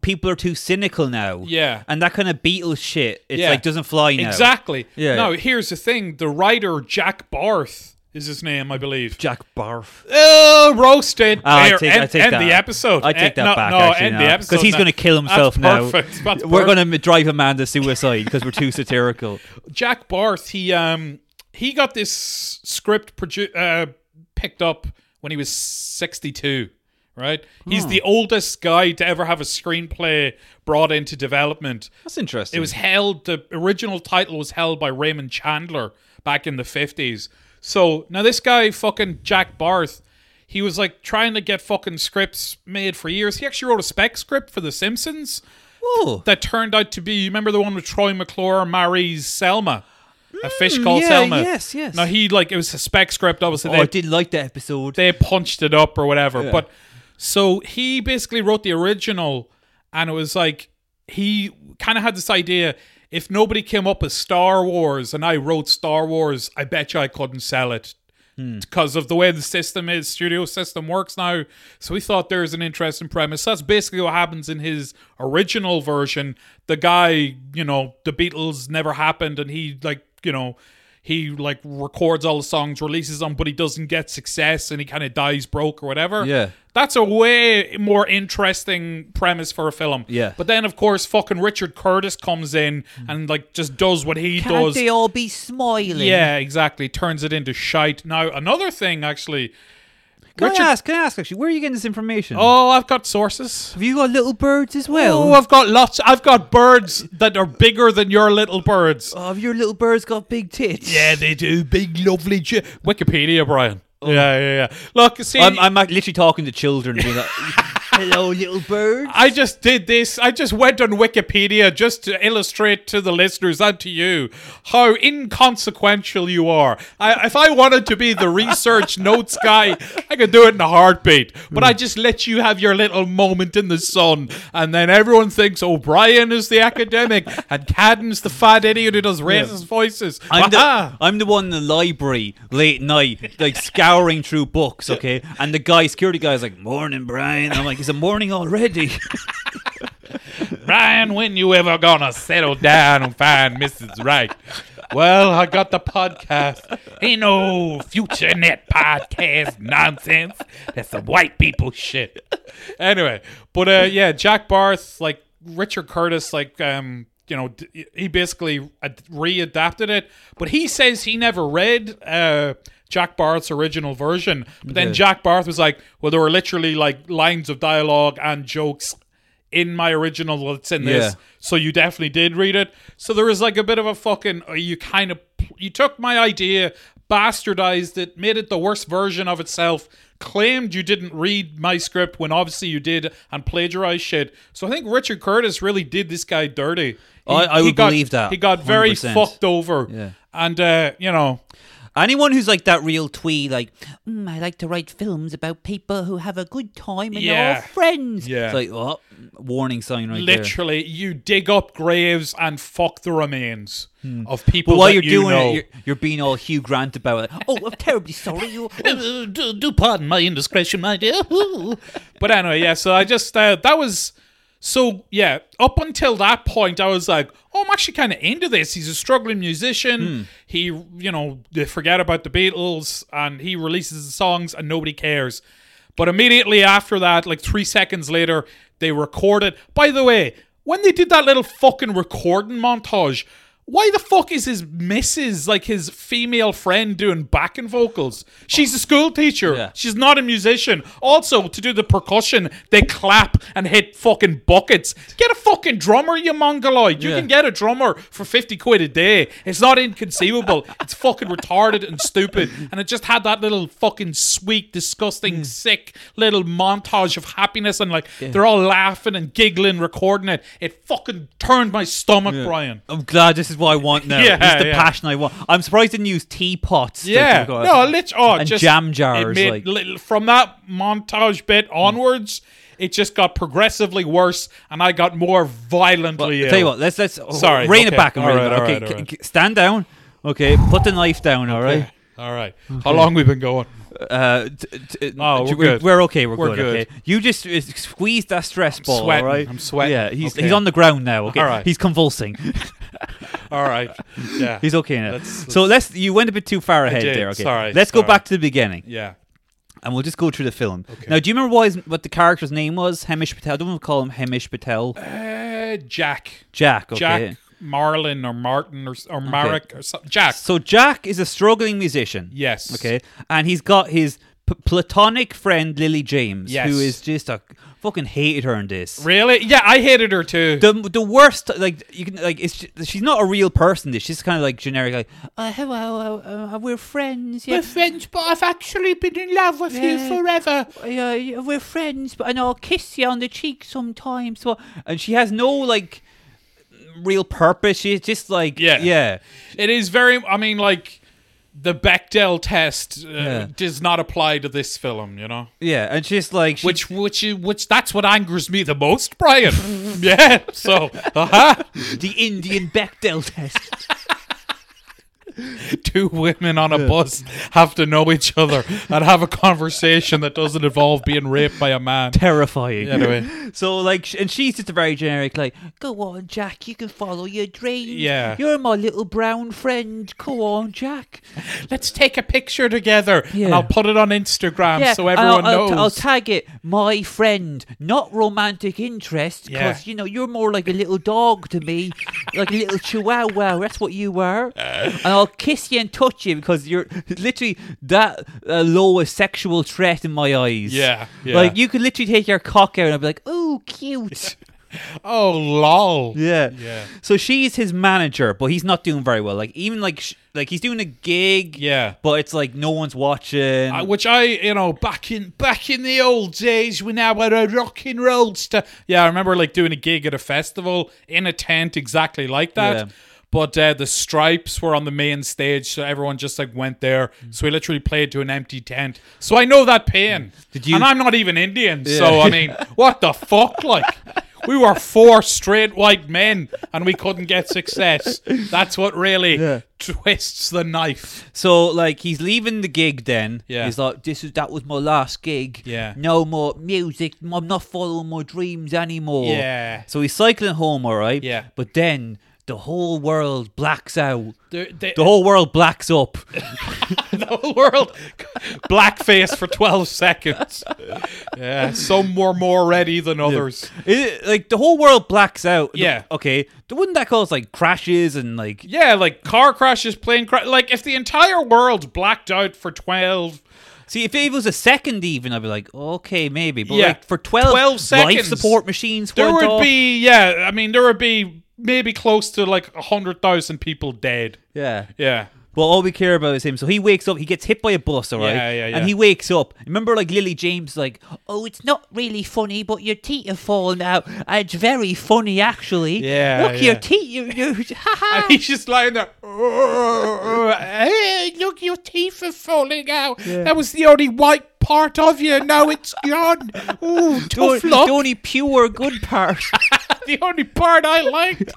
people are too cynical now.
Yeah.
And that kind of Beatles shit, it's
Yeah.
like doesn't fly now.
Exactly.
Yeah.
No, here's the thing. The writer Jack Barth is his name, I believe.
Jack Barf.
Oh, roasted.
Ah, I
There,
take-
end,
I take
end
that.
the episode.
I take
Eh,
that
no,
back
No,
actually
end the episode
because he's
now.
going to kill himself
That's
now.
perfect. That's
We're
perfect.
going to drive a man to suicide because we're too satirical.
Jack Barth, he um he got this script produ- uh, picked up when he was 62, right? He's the oldest guy to ever have a screenplay brought into development.
That's interesting.
It was held the original title was held by Raymond Chandler back in the 50s. So, now this guy fucking Jack Barth, he was like trying to get fucking scripts made for years. He actually wrote a spec script for The Simpsons
Whoa.
that turned out to be you remember the one with Troy McClure marries Selma, a fish called
Mm, yeah,
Selma.
yes, yes.
Now he like it was a spec script. Obviously,
Oh,
they
I didn't like that episode.
they punched it up or whatever.
Yeah.
But so he basically wrote the original, and it was like he kind of had this idea: if nobody came up with Star Wars and I wrote Star Wars, I bet you I couldn't sell it. Because of the way the system is, studio system works now. So we thought there's an interesting premise. That's basically what happens in his original version. The guy, you know, the Beatles never happened, and he like, you know, he like records all the songs, releases them, but he doesn't get success and he kind of dies broke or whatever.
Yeah.
That's a way more interesting premise for a film.
Yeah. Mm.
But then of course fucking Richard Curtis comes in and like just does what he
Can't
does.
they all be smiling?
yeah, exactly. Turns it into shite. Now another thing actually
Can
Richard
I ask? Can I ask actually? Where are you getting this information?
Oh, I've got sources.
Have you got little birds as well?
Oh, I've got lots. I've got birds that are bigger than your little birds.
Oh, have your little birds got big tits?
Yeah, they do. Big, lovely. Oh. Ch- Wikipedia, Brian. Yeah, yeah, yeah. Look, see,
I'm, I'm like literally talking to children. being like, Hello, little bird.
I just did this. I just went on Wikipedia just to illustrate to the listeners and to you how inconsequential you are. I, if I wanted to be the research notes guy, I could do it in a heartbeat. But I
Hmm.
just let you have your little moment in the sun, and then everyone thinks O'Brien is the academic and Cadden's the fat idiot who does racist voices.
I'm the,
Aha!
I'm the one in the library late night, like scouring through books, okay? And the guy, security guy's like, Morning, Brian. I'm like, Is it morning already?
Brian, when you ever gonna settle down and find Mrs. Right? Well, I got the podcast. Ain't no future net podcast nonsense. That's the white people shit. Anyway, but uh, yeah, Jack Barth, like Richard Curtis, like um, you know, d- he basically ad- readapted it. But he says he never read uh. Jack Barth's original version, but then
Okay.
Jack Barth was like, "Well, there were literally like lines of dialogue and jokes in my original that's in this.
Yeah.
So you definitely did read it. So there was like a bit of a fucking uh, you kind of you took my idea, bastardized it, made it the worst version of itself, claimed you didn't read my script when obviously you did and plagiarized shit. So I think Richard Curtis really did this guy dirty. He-
I- I
he
would
got-
believe that,
He got very
100%.
fucked over.
Yeah.
And uh, you know,
Anyone who's like that real twee, like, mm, I like to write films about people who have a good time and they're all
Yeah.
friends.
Yeah.
It's like, oh, warning sign right there.
literally you dig up graves and fuck the remains of people
Hmm. But while
that
you're
you
doing
know.
it, you're, you're being all Hugh Grant about it. Oh, I'm terribly sorry. You,
do, do pardon my indiscretion, my dear. but anyway, yeah. So I just uh, that was so yeah. Up until that point, I was like, oh, I'm actually kind of into this. He's a struggling musician. He, you know, they forget about the Beatles, and he releases the songs, and nobody cares. But immediately after that, like three seconds later, they recorded. By the way, when they did that little fucking recording montage. Why the fuck is his missus, like his female friend, doing backing vocals? She's a school teacher.
Yeah.
She's not a musician. Also, to do the percussion, they clap and hit fucking buckets. Get a fucking drummer, you mongoloid. You
Yeah.
can get a drummer for 50 quid a day. It's not inconceivable. it's fucking retarded and stupid. And it just had that little fucking sweet, disgusting,
Hmm.
sick little montage of happiness. And like, they're all laughing and giggling, recording it. It fucking turned my stomach, Brian.
I'm glad this is what I want now.
Yeah,
this is the
yeah.
passion I want. I'm surprised they didn't use teapots.
Yeah,
Like, oh,
no, lit. Oh,
and
just
jam
it
jars,
made
like- Hmm.
li- from that montage bit onwards, it just got progressively worse, and I got more violently.
Tell you
ill.
what, let's let's oh,
Sorry,
rein it
okay,
back and rein
alright,
it back. Okay,
alright,
c-
alright.
c- stand down. Okay, put the knife down. All right. Mm-hmm.
All right, how long we been going?
Uh, t- t-
Oh, we're
t-
good.
we're okay. We're,
We're
good.
good.
Okay, you just uh, squeeze that stress ball. all
sweating.
right?
I'm sweating.
Yeah, he's
Okay.
he's on the ground now. Okay,
All right.
he's convulsing.
All right. Yeah.
he's okay now.
Let's-
so let's. You went a bit too far ahead
did,
there. Okay,
sorry,
let's go
sorry.
back to the beginning,
yeah.
and we'll just go through the film. Now, do you remember what his, what the character's name was? Hemish Patel. I don't want to call him Hemish Patel.
Uh, Jack.
Jack. Okay.
Jack Marlin or Martin or, or Marek or something. Jack.
So Jack is a struggling musician.
Yes.
Okay. And he's got his p- platonic friend Lily James,
Yes.
who is just a fucking hated her in this.
Really? Yeah, I hated her too.
The, the worst like you can like it's ju- she's not a real person. This she's kind of like generic like uh, hello uh, uh, we're friends yeah
friends, but I've actually been in love with
Yeah.
forever.
yeah, yeah, we're friends, but and I'll kiss you on the cheek sometimes. So, and she has no like real purpose. She's just like
Yeah.
yeah,
It is very. I mean, like the Bechdel test uh,
Yeah.
does not apply to this film, you know.
yeah. And she's like she,
Which, which, which. That's what angers me the most, Brian. yeah. So, uh-huh.
the Indian Bechdel test.
two women on a bus have to know each other and have a conversation that doesn't involve being raped by a man.
Terrifying.
Anyway.
So like, sh- and she's just a very generic like, go on, Jack, you can follow your dreams.
Yeah.
you're my little brown friend. Go on, Jack.
Let's take a picture together and
Yeah.
I'll put it on Instagram
yeah,
so
and I'll,
everyone
I'll
knows.
I'll tag it my friend, not romantic interest,
Yeah.
because you know you're more like a little dog to me, like a little chihuahua. That's what you were.
Uh.
and I'll kiss you and touch you because you're literally that uh, lowest sexual threat in my eyes.
Yeah, yeah.
Like you could literally take your cock out and I'd be like, "Oh, cute."
oh, lol.
Yeah.
Yeah.
So she's his manager, but he's not doing very well. Like even like sh- like he's doing a gig,
Yeah.
but it's like no one's watching.
Uh, which I, you know, back in back in the old days when I were a rock and roll star. Yeah, I remember like doing a gig at a festival in a tent, exactly like that.
Yeah.
But uh, the stripes were on the main stage, so everyone just like went there.
Mm.
So we literally played to an empty tent. So I know that pain.
Mm. Did you-
And I'm not even Indian, so I mean, what the fuck, like. We were four straight white men and we couldn't get success. That's what really
Yeah.
twists the knife.
so like he's leaving the gig. Then
Yeah.
he's like, "This is that was my last gig.
Yeah.
no more music. I'm not following my dreams anymore.
Yeah.
So he's cycling home, all right.
Yeah.
But then the whole world blacks out.
There- there-
The whole world blacks up.
the whole world blackface for 12 seconds yeah some were more ready than others
It, like the whole world blacks out.
Yeah.
Okay. Wouldn't that cause like crashes and like
yeah, like car crashes plane crash like if the entire world blacked out for 12
See, if it was a second even, I'd be like, okay, maybe. But
Yeah.
like for 12,
12
life
seconds.
support machines
there
weren't
would
off.
be yeah i mean there would be maybe close to like 100000 people dead
Yeah.
yeah
But all we care about is him. So he wakes up, he gets hit by a bus, all right?
Yeah, yeah, yeah.
And he wakes up. Remember, like, Lily James, like, oh, it's not really funny, but your teeth have fallen out. It's very funny, actually.
Yeah,
Look,
yeah.
your teeth, you, you, ha
and
ha.
he's just lying there. Hey, look, your teeth are falling out. That was the only white part of you. Now it's gone. Ooh,
The
tough
the
luck.
only pure good part.
the only part I liked.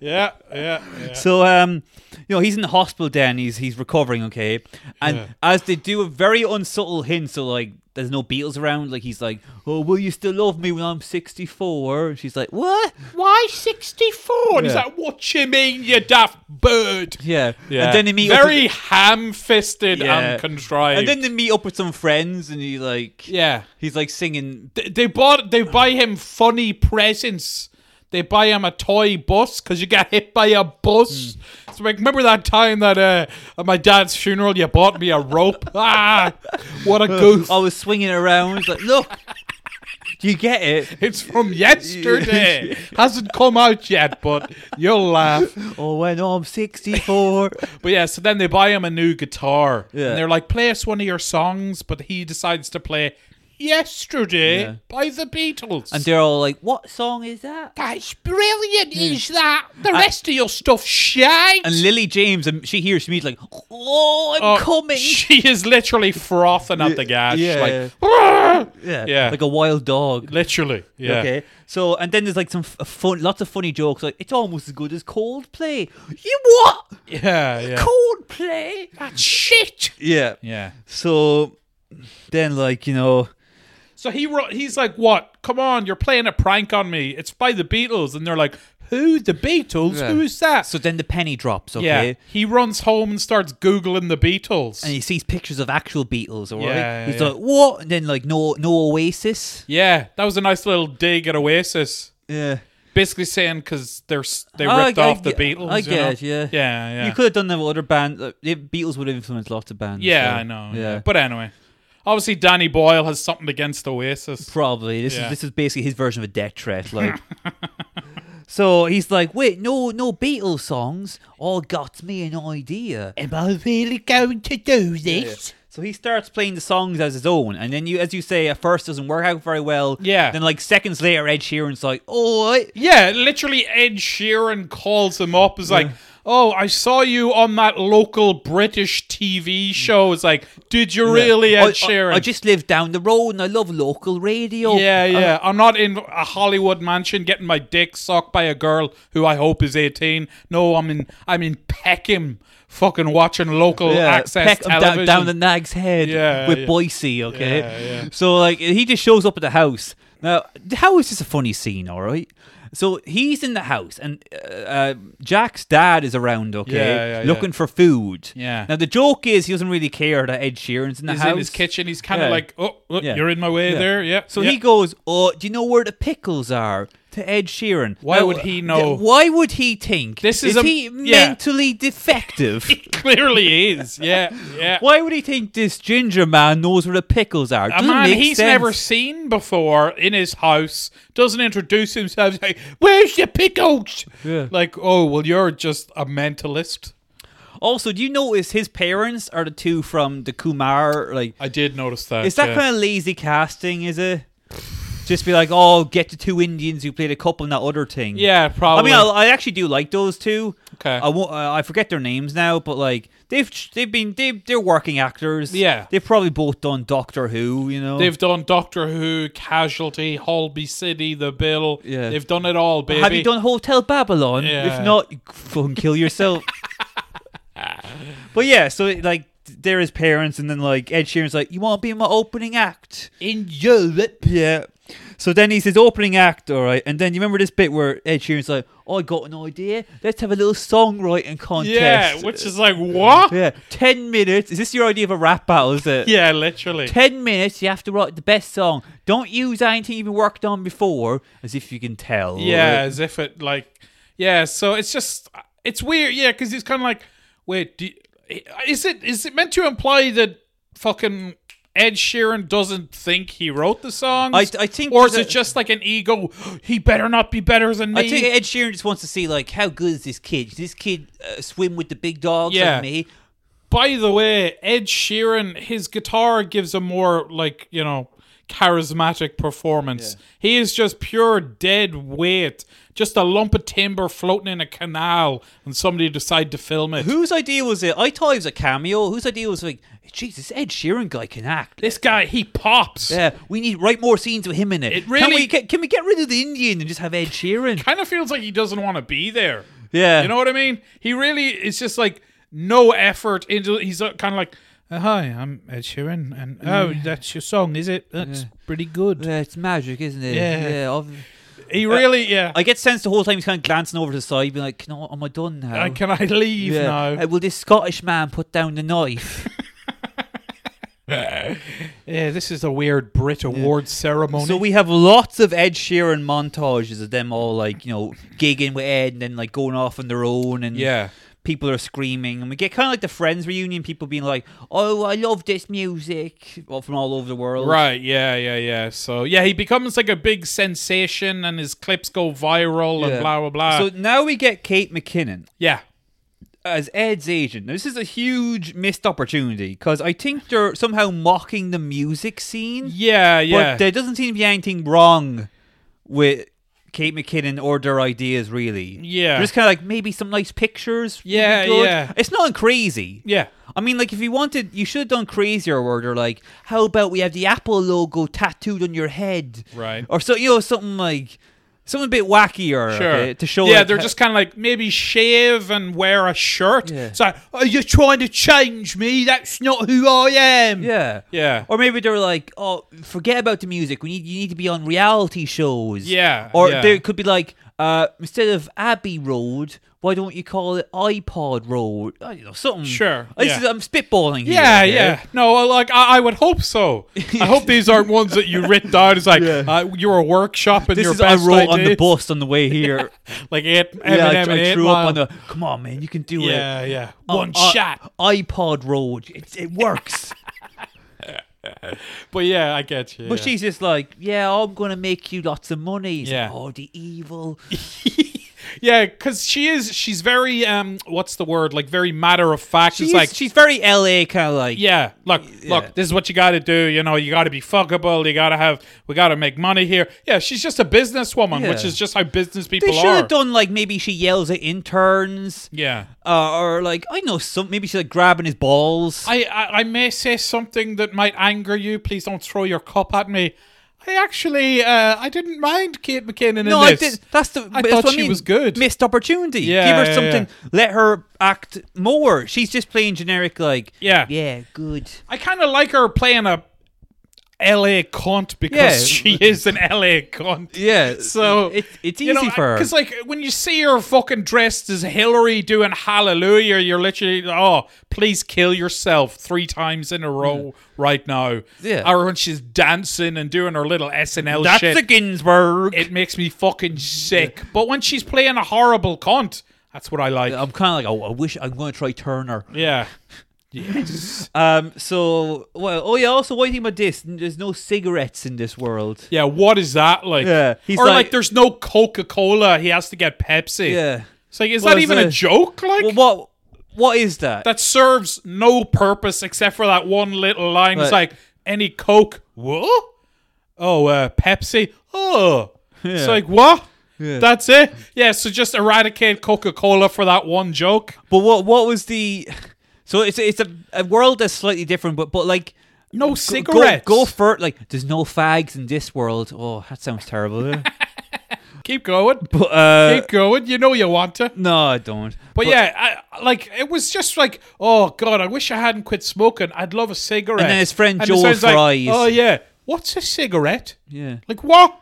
yeah, yeah, yeah.
so, um, you know, he's in the hospital then. He's he's recovering, okay? And as they do a very unsubtle hint, so, like, there's no Beatles around. Like, he's like, oh, will you still love me when I'm 64? And she's like, what?
Why 64? And He's
Yeah.
like, what you mean, you daft bird?
Yeah. And then they meet up with-
Very ham fisted
Yeah.
and contrived.
And then they meet up with some friends, and he like
yeah.
he's like singing.
They, they bought, they buy him funny presents. They buy him a toy bus because you got hit by a bus.
Hmm.
So like, remember that time that uh, at my dad's funeral you bought me a rope? Ah, what a goof!
I was swinging around. Like, look, do you get it?
It's from yesterday. Hasn't come out yet, but you'll laugh.
Oh, when I'm 64.
But yeah, so then they buy him a new guitar.
Yeah.
And they're like, play us one of your songs, but he decides to play Yesterday
Yeah.
by the Beatles.
and they're all like, "What song is that?"
that's brilliant, is that? The rest of your stuff shite.
And Lily James, and she hears me like, "Oh, I'm
Oh,
coming!"
She is literally frothing at the gash.
yeah,
like,
yeah,
Yeah.
like a wild dog.
literally. Yeah.
Okay, so and then there's like some f- fun, lots of funny jokes. Like it's almost as good as Coldplay. You what?
Yeah, yeah.
Coldplay?
That's shit.
Yeah.
Yeah.
So then like you know,
So he wrote, he's like, "What? Come on, you're playing a prank on me. It's by the Beatles." And they're like, "Who? The Beatles?
Yeah.
Who's that?"
so then the penny drops. Okay,
yeah, he runs home and starts googling the Beatles.
and he sees pictures of actual Beatles, alright?
Yeah,
He's
yeah.
like, what? And then like, no, no Oasis.
yeah, that was a nice little dig at Oasis,
Yeah,
basically saying because they're s- they
I-
ripped
I
off the
ge-
Beatles.
I
you know?
get it, yeah.
yeah, yeah,
you could have done that with other bands. The Beatles would have influenced lots of bands.
yeah.
so,
I know. Yeah. but anyway, obviously Danny Boyle has something against Oasis.
probably this
Yeah.
is this is basically his version of a death threat. Like, so he's like, wait, no, no Beatles songs. All got me an idea.
Am I really going to do this?
So he starts playing the songs as his own, and then you, as you say, at first doesn't work out very well.
Yeah.
Then like seconds later, Ed Sheeran's like, oh, I,
Yeah, literally Ed Sheeran calls him up. Is like, "Oh, I saw you on that local British TV show." It's like, "Did you really,
Oh, I-
Ed
I-
Sheeran?"
I, just live down the road and I love local radio.
yeah, yeah. I'm not in a Hollywood mansion getting my dick sucked by a girl who I hope is 18. No, I'm in I'm in Peckham, fucking watching local access
Peck 'em
television.
down, down the nag's head
Yeah,
with
yeah.
Boise, okay?
Yeah, yeah.
So, like, he just shows up at the house. Now, how is this a funny scene, all right? So he's in the house, and uh, uh, Jack's dad is around, okay,
Yeah, yeah,
looking for food.
Yeah.
Now, the joke is he doesn't really care that Ed Sheeran's in the
He's
house.
in his kitchen. He's kind of
Yeah.
like, "Oh, oh,
Yeah.
you're in my way
Yeah.
there." Yeah.
So
yeah.
he goes, "Oh, do you know where the pickles are?" To Ed Sheeran.
Why would he
th-
know?
Why would he think?
This is a-
he
yeah.
mentally defective?
clearly is. Yeah. Yeah.
why would he think this ginger man knows where the pickles are?
a
Doesn't
man
make
he's
sense.
never seen before in his house doesn't introduce himself like where's your pickles
Yeah.
like oh well you're just a mentalist
Also, do you notice his parents are the two from the Kumar? Like,
i did notice that
is that kind of lazy casting? Is it? Just be like, oh, get the two Indians who played a couple in that other thing.
yeah
I
probably
mean, I, I actually do like those two.
Okay.
I won't, uh, I forget their names now, but like they've they've been they they're working actors.
Yeah.
They've probably both done Doctor Who. You know.
they've done doctor who casualty holby city the bill
Yeah.
they've done it all baby
Have you done Hotel Babylon?
Yeah.
If not, you fucking kill yourself. but yeah, so it, like there is parents, and then like Ed Sheeran's like, "You want to be in my opening act?"
in europe
Yeah. So then he's his opening act, all right, and then you remember this bit where Ed Sheeran's like, "Oh, "I got an idea. Let's have a little songwriting contest."
yeah which is like what
Yeah, ten minutes. Is this your idea of a rap battle? Is it?
yeah literally
Ten minutes. You have to write the best song. Don't use anything you've worked on before, as if you can tell.
Yeah, as if it like yeah. So it's just it's weird. Yeah, because it's kind of like wait, do you- is it is it meant to imply that fucking Ed Sheeran doesn't think he wrote the songs?
I- I think
or is
there's
it
a-
just like an ego? He better not be better than me.
I think Ed Sheeran just wants to see like how good is this kid? Does this kid uh, swim with the big dogs
Yeah.
like me?
By the way, Ed Sheeran, his guitar gives a more like you know charismatic performance. He is just pure dead weight, just a lump of timber floating in a canal, and somebody decide to film it.
Whose idea was it? I thought it was a cameo. Whose idea was like, Jesus, Ed Sheeran guy can act.
This guy, he pops.
Yeah, we need write more scenes with him in it.
It
can
really-
we get, can we get rid of the Indian and just have Ed Sheeran?
Kind of feels like he doesn't want to be there.
Yeah,
You know what I mean? He really is just like no effort into. He's kind of like, "Uh, "Hi, I'm Ed Sheeran, and oh, that's your song, is it? That's pretty good."
Yeah, it's magic, isn't it?
Yeah.
obvi-
He
Uh,
really, yeah.
I get sense the whole time he's kind of glancing over to the side, being like, "No, am I done now?
I, Uh, can I leave
Yeah.
now?
Uh, will this Scottish man put down the knife?"
yeah, this is a weird Brit Award ceremony.
So we have lots of Ed Sheeran montages of them all like, you know, gigging with Ed and then like going off on their own and
yeah,
people are screaming and we get kind of like the Friends reunion, people being like, Oh, I love this music well, from all over the world.
right. Yeah, yeah, yeah. So yeah, he becomes like a big sensation, and his clips go viral,
Yeah.
and blah blah blah.
So now we get Kate McKinnon
yeah,
as Ed's agent. Now, this is a huge missed opportunity because I think they're somehow mocking the music scene,
yeah, yeah.
but there doesn't seem to be anything wrong with Kate McKinnon or their ideas, really.
Yeah.
They're just kind of like maybe some nice pictures. would be
Yeah,
good.
yeah.
It's not crazy.
yeah.
I mean, like if you wanted, you should have done crazier. Where they're like, "How about we have the Apple logo tattooed on your head?"
Right.
Or so you know something like something a bit wackier
Sure.
okay, to show.
Yeah,
like,
they're
how-
just kind of like maybe shave and wear a shirt.
Yeah.
It's like, are you trying to change me? That's not who I am.
yeah.
Yeah.
Or maybe they're like, "Oh, forget about the music. We need you need to be on reality shows."
Yeah,
Or
yeah.
there could be like, uh, instead of Abbey Road, why don't you call it iPod Road? I don't know something.
Sure,
This
yeah.
is, I'm spitballing. here,
Yeah,
okay?
yeah. No, well, like I, I would hope so. I hope these aren't ones that you writ down. It's like uh, you're a workshop and
This
your
is I
best
wrote on the
ideas.
bus on the way here.
Like eight,
yeah, I,
Eminem and
I
Eight
threw up on
Mile.
the. Come on, man, you can do it.
Yeah, yeah.
Oh,
One
uh,
shot.
iPod Road. It, it works.
But yeah, I get you.
But
yeah.
she's just like, yeah, I'm gonna make you lots of money. He's like,
Yeah.
oh, the evil.
yeah, because she is. She's very um. What's the word? Like very matter of fact.
She's
it's like
she's very LA kind of like.
Yeah, look,
Yeah.
look. This is what you got to do. You know, you got to be fuckable. You got to have. We got to make money here. Yeah, she's just a businesswoman,
Yeah.
which is just how business people
They should
are.
have done like maybe she yells at interns,
yeah,
uh, or like I know some. Maybe she's like grabbing his balls.
I, I I may say something that might anger you. Please don't throw your cup at me. I actually uh, I didn't mind Kate McKinnon
no,
in
I
this.
did. That's the.
I
that's
thought
what
she
mean.
was good.
Missed opportunity.
Yeah,
Give her
yeah,
something. Let her act more. She's just playing generic. Like
Yeah.
yeah, good.
I kind of like her playing a L.A. cunt because
Yeah.
she is an L.A. cunt.
Yeah.
So
it, it's easy for her.
because like when you see her fucking dressed as Hillary doing Hallelujah, you're literally oh please kill yourself three times in a row right now.
Yeah.
or when she's dancing and doing her little SNL
That's
shit,
a Ginsburg.
it makes me fucking sick. But when she's playing a horrible cunt, that's what I like.
I'm kind of like, oh, I wish I'm going to try Turner.
Yeah. Yes.
Um. So, well, oh yeah. Also, what do you think about this? There's no cigarettes in this world.
Yeah, what is that like?
Yeah, he's
or like,
like-
there's no Coca Cola. He has to get Pepsi.
Yeah.
It's like, is
Well,
that
it's
even
a-
a joke? Like,
Well, what? What is that?
that serves no purpose except for that one little line. It's
Right.
like any Coke, what? Oh, uh, Pepsi, oh. It's like what? That's it. Yeah. So just eradicate Coca Cola for that one joke.
But what what was the? So it's it's a, a world that's slightly different, but but like
No
go-
cigarettes.
Go, go for like there's no fags in this world. Oh, that sounds terrible. eh?
Keep going.
but uh,
Keep going. You know you want to.
no, I don't.
But, yeah, I, like it was just like, oh god, I wish I hadn't quit smoking. I'd love a cigarette.
And then his friend
it
Joel
sounds like,
Fries.
oh yeah, what's a cigarette?
yeah.
Like what?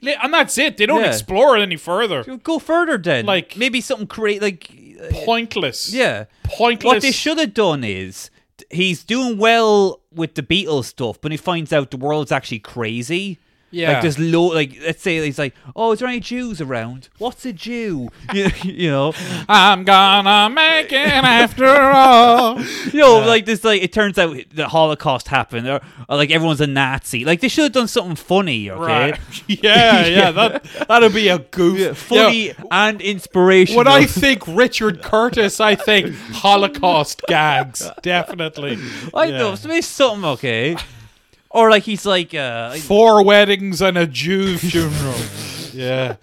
Li- And that's it. They don't
Yeah.
explore it any further.
Go further then.
Like-
maybe something create like uh,
Pointless.
yeah.
Pointless.
What they should have done is t- he's doing well with the Beatles stuff, but he finds out the world's actually crazy.
Yeah.
Like there's low like let's say he's like, Oh, is there any Jews around? What's a Jew? you, you know.
I'm gonna make it after all.
You know, like this like it turns out the Holocaust happened or, or like everyone's a Nazi. Like they should have done something funny, okay?
Right. Yeah, yeah. That that'd be a goof.
Funny
Yeah.
and inspirational.
When I think Richard Curtis, I think Holocaust gags. Definitely.
I
Yeah.
know, so maybe something okay. Or like he's like uh I-
Four weddings and a Jew funeral. yeah.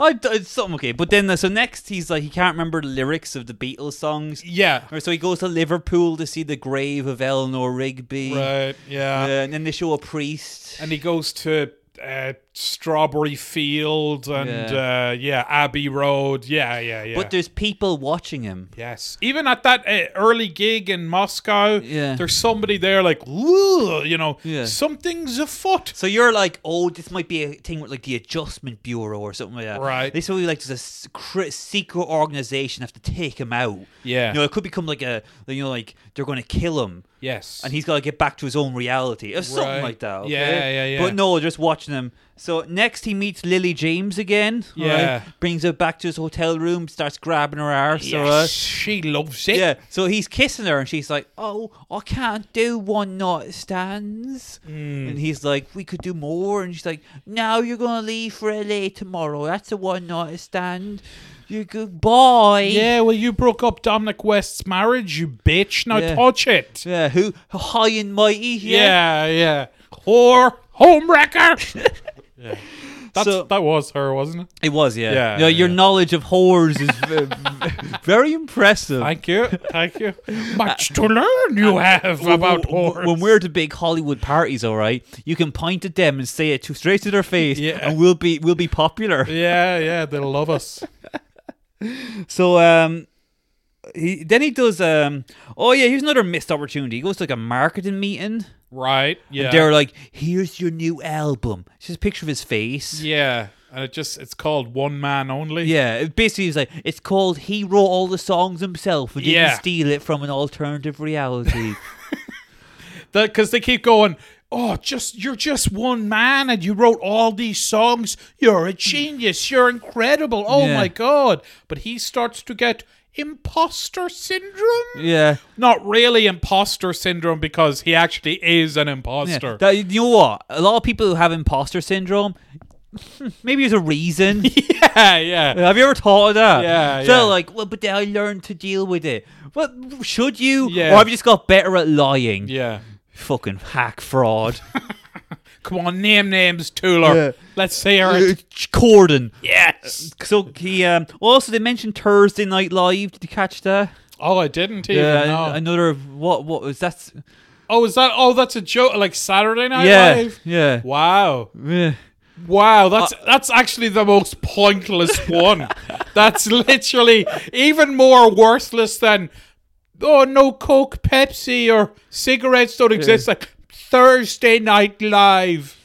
I, it's something okay. But then, uh, so next, he's like, he can't remember the lyrics of the Beatles songs.
Yeah.
Or So he goes to Liverpool to see the grave of Eleanor Rigby.
Right.
Uh,
Yeah.
and then they show a priest.
And he goes to uh, Strawberry Field and yeah. Uh, yeah, Abbey Road. Yeah, yeah, yeah.
But there's people watching him.
Yes. Even at that uh, early gig in Moscow,
Yeah.
there's somebody there like, "Ooh," you know,
Yeah.
something's afoot.
So you're like, oh, this might be a thing with like the Adjustment Bureau or something like that.
Right.
This will be like there's a s- cr- secret organization have to take him out.
Yeah.
You know, it could become like a, you know, like they're going to kill him.
Yes.
and he's got to get back to his own reality or something
Right.
like that. okay?
Yeah, yeah, yeah.
But no, just watching him. So next he meets Lily James again. all right?
Yeah.
brings her back to his hotel room, starts grabbing her arse. all
yes,
right?
she loves it.
Yeah, so he's kissing her, and she's like, "Oh, I can't do one night stands."
Hmm.
And he's like, "We could do more." And she's like, "No, you're gonna leave for LA tomorrow. That's a one night stand. You goodbye."
Yeah, well, you broke up Dominic West's marriage, you bitch. Now
Yeah.
touch it.
yeah. Who high and mighty?
Yeah, yeah. Whore, homewrecker. That's,
So-
that was her, wasn't it?
It was, yeah.
Yeah,
No, your
yeah.
knowledge of whores is v- very impressive.
Thank you, thank you. Much to learn you have about
W-
horror.
w- when we're at the big Hollywood parties, all right, you can point at them and say it to straight to their face,
Yeah.
and we'll be we'll be popular.
yeah, yeah, they love us.
So um he then he does um oh yeah, here's another missed opportunity. He goes to like a marketing meeting.
Right? Yeah,
They're like, here's your new album. It's just a picture of his face. Yeah.
yeah. And it just it's called One Man Only.
it basically, he's like, it's called He Wrote All the Songs Himself and Didn't
Yeah.
Steal It from an Alternative Reality.
because they keep going. Oh, just you're just one man, and you wrote all these songs. You're a genius. You're incredible. Oh
Yeah.
my god! But he starts to get imposter syndrome.
yeah.
Not really imposter syndrome because he actually is an
yeah.
imposter.
That- you know what? A lot of people who have imposter syndrome, maybe there's a reason.
Yeah, yeah,
Have you ever thought of that?
Yeah,
So
yeah.
like, well, but then I learned to deal with it. Well, should you?
Yeah.
Or have you just got better at lying?
yeah.
Fucking hack fraud.
Come on, name names, Tuller.
Yeah.
Let's hear
Uh,
it.
Corden.
Yes.
So he um also they mentioned Thursday Night Live. Did you catch that?
Oh, I didn't even
Yeah,
know.
another what what was that?
oh, is that? Oh, that's a joke. Like Saturday Night
yeah,
Live.
yeah,
Wow.
yeah.
Wow, that's that's actually the most pointless one. that's literally even more worthless than oh no Coke, Pepsi or cigarettes don't exist like Thursday night live.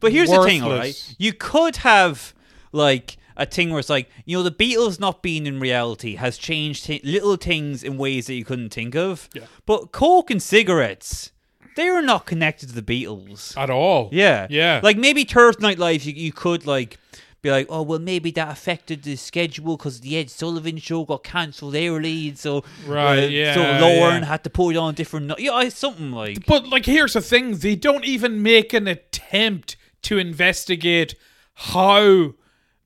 But here's the thing, all right?
Worthless.
You could have like a thing where it's like you know the Beatles not being in reality has changed thi- little things in ways that you couldn't think of.
Yeah.
But coke and cigarettes, they are not connected to the Beatles.
At all.
Yeah.
Yeah.
Like maybe Thursday Night Live, you, you could like be like, oh well, maybe that affected the schedule because the Ed Sullivan show got cancelled early, and so uh,
Right,
so
yeah,
Lauren
yeah.
had to put it on a different. night. yeah, something like.
But like here's the thing, they don't even make an attempt to investigate how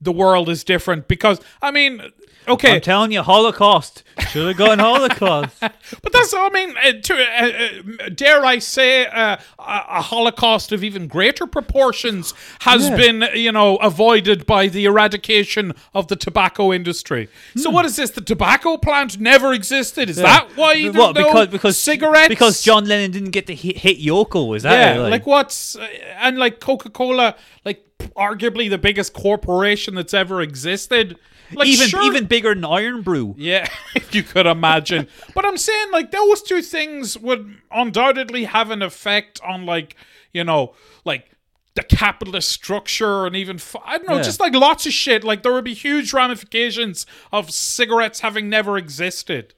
the world is different because I mean okay
I'm telling you, Holocaust should have gone Holocaust.
But that's, I mean, uh, to, uh, uh, dare I say, uh, a, a Holocaust of even greater proportions has
Yeah.
been, you know, avoided by the eradication of the tobacco industry. So
Hmm.
what is this? The tobacco plant never existed. Is that why you
What,
don't know?
because because
cigarettes?
because John Lennon didn't get to hit, hit Yoko was that
Yeah,
it?
like, what's uh, and like Coca Cola, like arguably the biggest corporation that's ever existed. Like
even
sure-
even bigger than Iron Brew
yeah, if you could imagine. but I'm saying like those two things would undoubtedly have an effect on like, you know, like the capitalist structure and even f- I don't know,
Yeah.
just like lots of shit. Like there would be huge ramifications of cigarettes having never existed.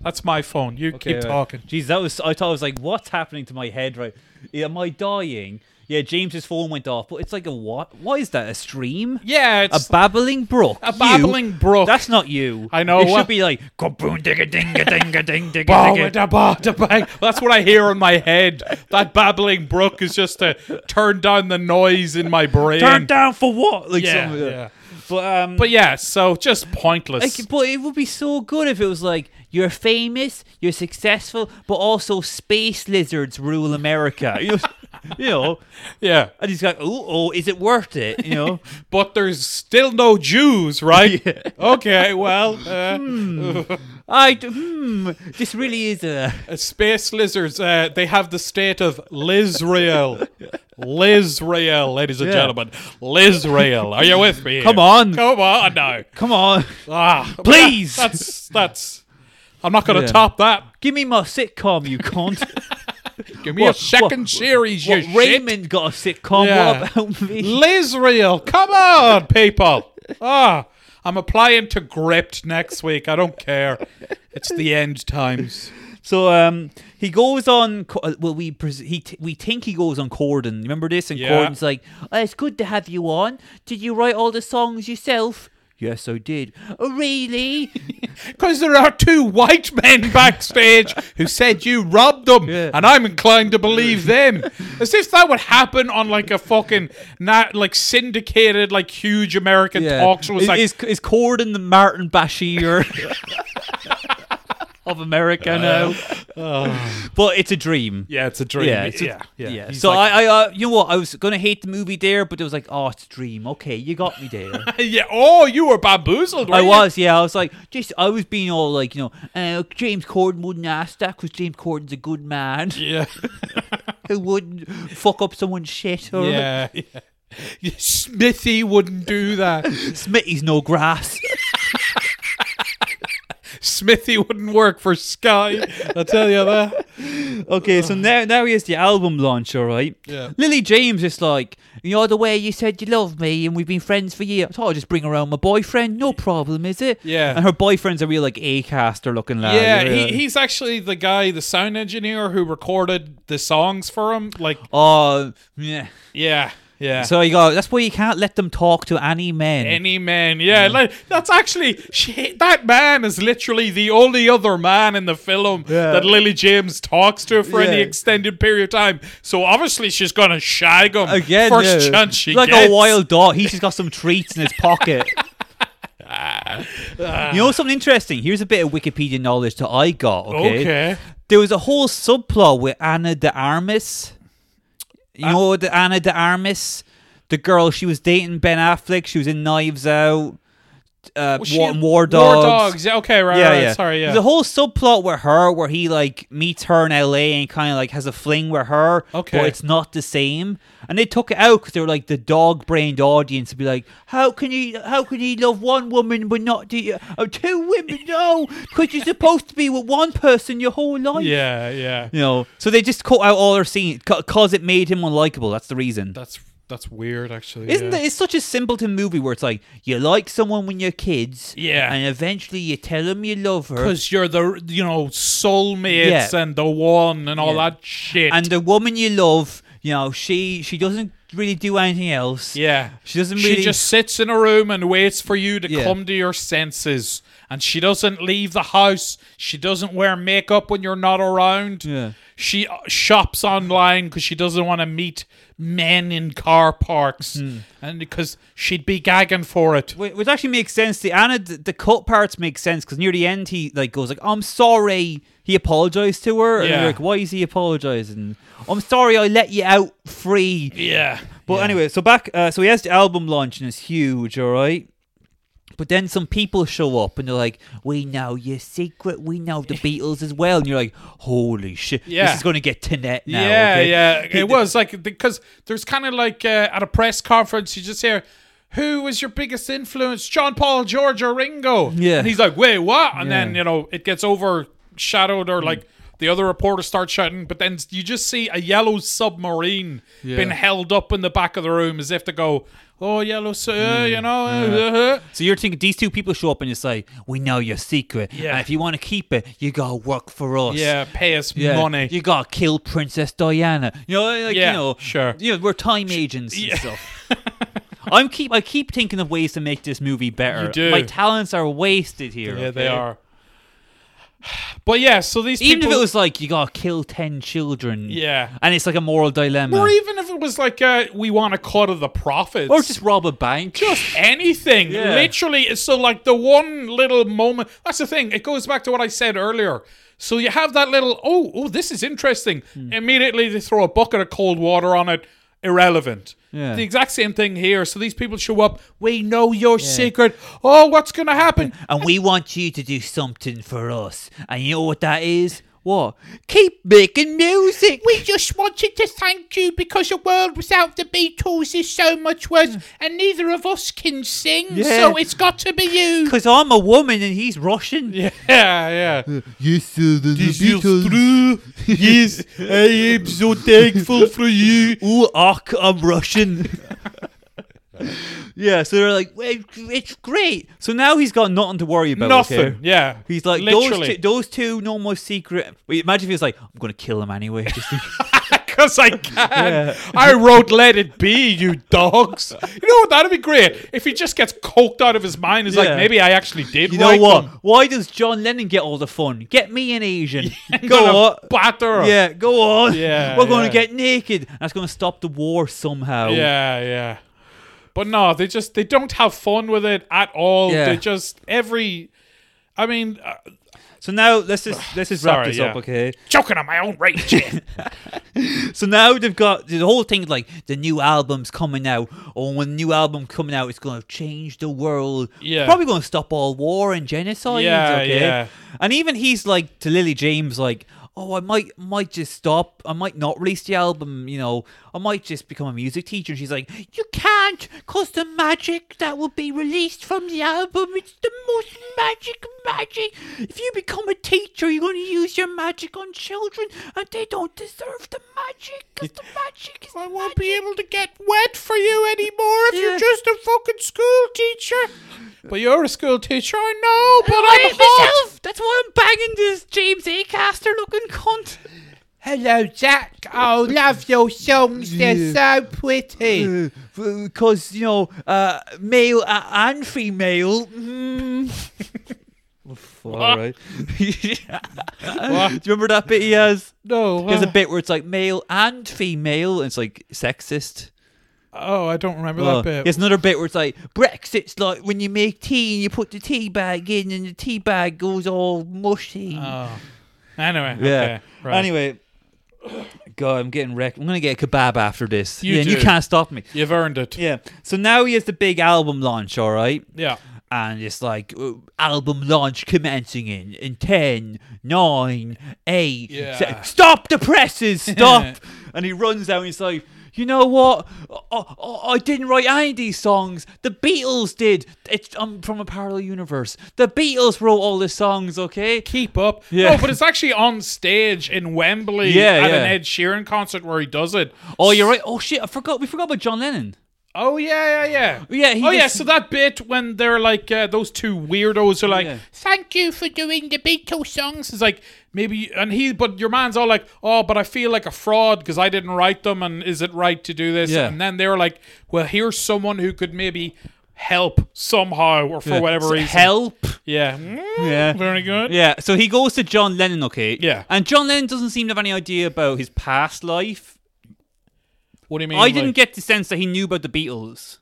That's my phone. You
uh,
keep talking.
Jeez, that was I thought I was like, what's happening to my head right? Yeah, am I dying? Yeah, James's phone went off, but it's like a what? What is that? A stream?
Yeah,
A
it's
babbling brook.
a, babbling brook.
That's not you.
I know,
It
what-
should be like kaboom, digga, dinga, dinga, ding, digga,
Bah,
digga.
da, bah, da, bang. That's what I hear in my head. That babbling brook is just to turn down the noise in my brain.
Turn down for what? Like
yeah,
something like that.
yeah.
But um,
But yeah, so just pointless.
Like, but it would be so good if it was like you're famous, you're successful, but also space lizards rule America. You know, you know?
yeah.
and he's like, oh, oh, is it worth it? You know,
But there's still no Jews, right? Okay, well, uh,
I d- hmm, this really is a
uh, space lizards, uh, they have the state of Lizrael. Lizrael, ladies and
Yeah.
gentlemen. Lizrael. Are you with me? here?
Come on.
Come on now.
come on,
Ah,
Please.
That's, that's, I'm not going to
Yeah.
top that.
give me my sitcom, you cunt.
Give me
What-
a second
what-
series, you
what,
shit.
Raymond got a sitcom.
Yeah.
What about me?
Lizrael, come on, people. Ah, I'm applying to Gripped next week. I don't care. It's the end times.
So um, he goes on. Co- uh, Well, we pres- he t- we think he goes on Corden. Remember this? And
Yeah.
Corden's like, "Uh, "It's good to have you on. Did you write all the songs yourself?" Yes, I did. "Oh, really?
Because there are two white men backstage who said you robbed them,
Yeah.
and I'm inclined to believe them. As if that would happen on like a fucking not like syndicated like huge American talk show. It's
Is,
like
is is Corden the Martin Bashir of America now.
Oh.
but it's a dream.
Yeah, it's a dream.
Yeah,
Yeah,
it's a-
yeah,
Yeah.
He's
So
like,
I, I, uh, you know what? I was gonna hate the movie there, but it was like, oh, it's a dream. Okay, you got me there.
yeah. Oh, you were bamboozled.
I
weren't you?
was, yeah. I was like, just I was being all like, you know, uh, James Corden wouldn't ask that because James Corden's a good man
Yeah.
who wouldn't fuck up someone's shit. Or
yeah. yeah. Smithy wouldn't do that.
Smitty's no grass.
Smithy wouldn't work for Sky. I'll tell you that.
okay, so now now here's the album launch. All right.
Yeah.
Lily James is like, you're the way you said you love me, and we've been friends for years. I thought I'd just bring around my boyfriend. No problem, is it?
Yeah.
And her boyfriend's a real like a caster looking lad.
yeah, he, he's actually the guy, the sound engineer who recorded the songs for him. Like,
Oh, yeah.
yeah, yeah.
So you go. That's why you can't let them talk to any men.
Any man, yeah, like that's actually she, that man is literally the only other man in the film
Yeah.
that Lily James talks to for any
Yeah.
extended period of time. So obviously she's gonna shag him
Again,
first
yeah.
chance she
like
gets.
a wild dog. He's just got some treats in his pocket. you know something interesting? Here's a bit of Wikipedia knowledge that I got. Okay,
Okay,
there was a whole subplot with Anna de Armas. You
Uh,
know the Anna de Armas, the girl she was dating Ben Affleck. She was in Knives Out, uh,
Was
War,
she-
War Dogs.
War dogs. Yeah, okay, right, right, Sorry, yeah.
There's a whole subplot with her where he like meets her in LA and kind of like has a fling with her.
Okay.
But it's not the same. And they took it out because they were like the dog brained audience would be like, how can he, how can he love one woman but not the, oh, two women? No, because you're supposed to be with one person your whole life.
yeah, yeah.
You know, so they just cut out all her scenes because it made him unlikable. That's the reason.
That's that's weird, actually.
Isn't
yeah.
it? It's such a simpleton movie where it's like you like someone when you're kids,
Yeah.
and eventually you tell them you love her,
because you're the you know soulmates
Yeah.
and the one and all
Yeah.
that shit.
and the woman you love, you know, she she doesn't really do anything else.
yeah,
She doesn't really.
she just sits in a room and waits for you to
Yeah.
come to your senses. And she doesn't leave the house. She doesn't wear makeup when you're not around.
Yeah.
She uh, shops online because she doesn't want to meet men in car parks,
Hmm.
and because she'd be gagging for it.
Wh- which actually makes sense. The Anna, the, the cut parts make sense because near the end he like goes like, "I'm sorry." He apologized to her, and
Yeah.
you're like, "Why is he apologizing?" I'm sorry, I let you out free.
Yeah,
But
Yeah.
anyway, so back, uh, so he has the album launch and it's huge, all right. But then some people show up and they're like, "We know your secret. We know the Beatles as well." And you're like, "Holy shit!
Yeah.
This is going to get to net now."
yeah,
okay?
yeah.
He-
It was like because there's kind of like uh, at a press conference, you just hear, "Who was your biggest influence? John Paul, George, or Ringo?"
Yeah.
and he's like, "Wait, what?" And then
Yeah. Mm.
you know it gets overshadowed, or like the other reporters start shouting. But then you just see a yellow submarine
Yeah.
being held up in the back of the room as if to go, "Oh, yellow, su- uh,
Mm,
you know." uh, uh, uh."
So you're thinking these two people show up and you say, "We know your secret.
Yeah.
And if you want to keep it, you gotta work for us.
Yeah, pay us
Yeah.
money.
You gotta kill Princess Diana. You know, like,
Yeah,
you know,
sure.
You know, we're time agents and stuff." I'm keep I keep thinking of ways to make this movie better.
You do.
My talents are wasted here.
yeah, they
okay?
are. But yeah, so these
Even
people,
if it was like you gotta kill ten children.
yeah,
And it's like a moral dilemma.
Or even if it was like, uh, we want a cut of the profits.
or just rob a bank.
Just anything.
Yeah.
Literally. So, like, the one little moment. That's the thing. It goes back to what I said earlier. So, you have that little, oh, oh, this is interesting.
Hmm.
Immediately, they throw a bucket of cold water on it. Irrelevant.
Yeah.
The exact same thing here. So, these people show up. We know your secret. Oh, what's going to happen?
and we want you to do something for us. And you know what that is? What? Keep making music.
We just wanted to thank you because a world without the Beatles is so much worse, and neither of us can sing, so it's got to be you.
Because I'm a woman and he's Russian.
Yeah, yeah.
Yes, sir, the,
true. yes, I am so thankful for you.
Ooh, och, I'm Russian. yeah, so they're like, "Well, it's great. So now he's got nothing to worry about. okay?
Nothing. Yeah.
He's like, those
literally,
two, those two know my secret. Wait, imagine if he was like, I'm going to kill him anyway. Just in-
because I can. I wrote "Let It Be," you dogs. You know what? That'd be great if he just gets coked out of his mind. He's
Yeah.
like, maybe I actually did.
you know
write
what?
them.
Why does John Lennon get all the fun? Get me an Asian.
Gonna
Go on.
batter. him.
Yeah, go on.
Yeah,
We're going
yeah.
to get naked. That's going to stop the war somehow.
yeah, yeah. But no, they just they don't have fun with it at all.
Yeah.
They just every. I mean, uh,
So now let's just let's just wrap
Sorry,
this
yeah.
up, okay?
Choking on my own rage. here.
So now they've got the whole thing like the new album's coming out. Or when the new album coming out, it's going to change the world.
Yeah.
It's probably going to stop all war and genocide.
Yeah,
okay?
yeah.
And even he's like to Lily James, like, oh, I might might just stop. I might not release the album. You know, I might just become a music teacher. And she's like, you can't, cause the magic that will be released from the album, it's the most magic magic. If you become a teacher, you're going to use your magic on children, and they don't deserve the magic. 'cause the magic is
I won't be able to get wet for you anymore if
Yeah.
you're just a fucking school teacher.
But you're a school teacher, I know, but
I
I'm hot.
myself. That's why I'm banging this James A. Caster looking cunt.
Hello, Jack. Oh, love your songs. They're so pretty.
because you know, uh, male uh, and female. Mm. All right. Do you remember that bit he has?
No,
He has a
uh,
bit where it's like male and female, and it's like sexist.
oh, I don't remember
Oh, There's
that bit.
another bit where it's like Brexit's like when you make tea and you put the tea bag in, and the tea bag goes all mushy.
Oh. Anyway,
Yeah.
okay, right.
Anyway, God, I'm getting wrecked. I'm gonna get a kebab after this.
You
yeah, and you
do.
can't stop me.
you've earned it.
Yeah. So now he has the big album launch. All right.
Yeah.
and it's like uh, album launch commencing in in 10 9 8
Yeah.
se- stop the presses stop and he runs out and he's like you know what I, I, I didn't write any of these songs the beatles did it's i'm from a parallel universe the beatles wrote all the songs okay
Keep up.
Yeah.
No, but it's actually on stage in Wembley
Yeah,
at
yeah.
an Ed Sheeran concert where he does it.
oh you're right oh shit i forgot we forgot about john lennon
Oh yeah, yeah, yeah.
Yeah, he
oh yeah.
just-
So that bit when they're like uh, those two weirdos are like,
Yeah.
Thank you for doing the Beatles songs.
it's like maybe, and he, but your man's all like, oh, but I feel like a fraud because I didn't write them, and is it right to do this?
Yeah.
And then they were like, well, here's someone who could maybe help somehow or for whatever
So
reason.
help
Yeah. Mm,
yeah
Very good.
Yeah, so he goes to John Lennon, okay?
Yeah.
And John Lennon doesn't seem to have any idea about his past life.
What do you mean?
Oh, I didn't
like-
get the sense that he knew about the Beatles.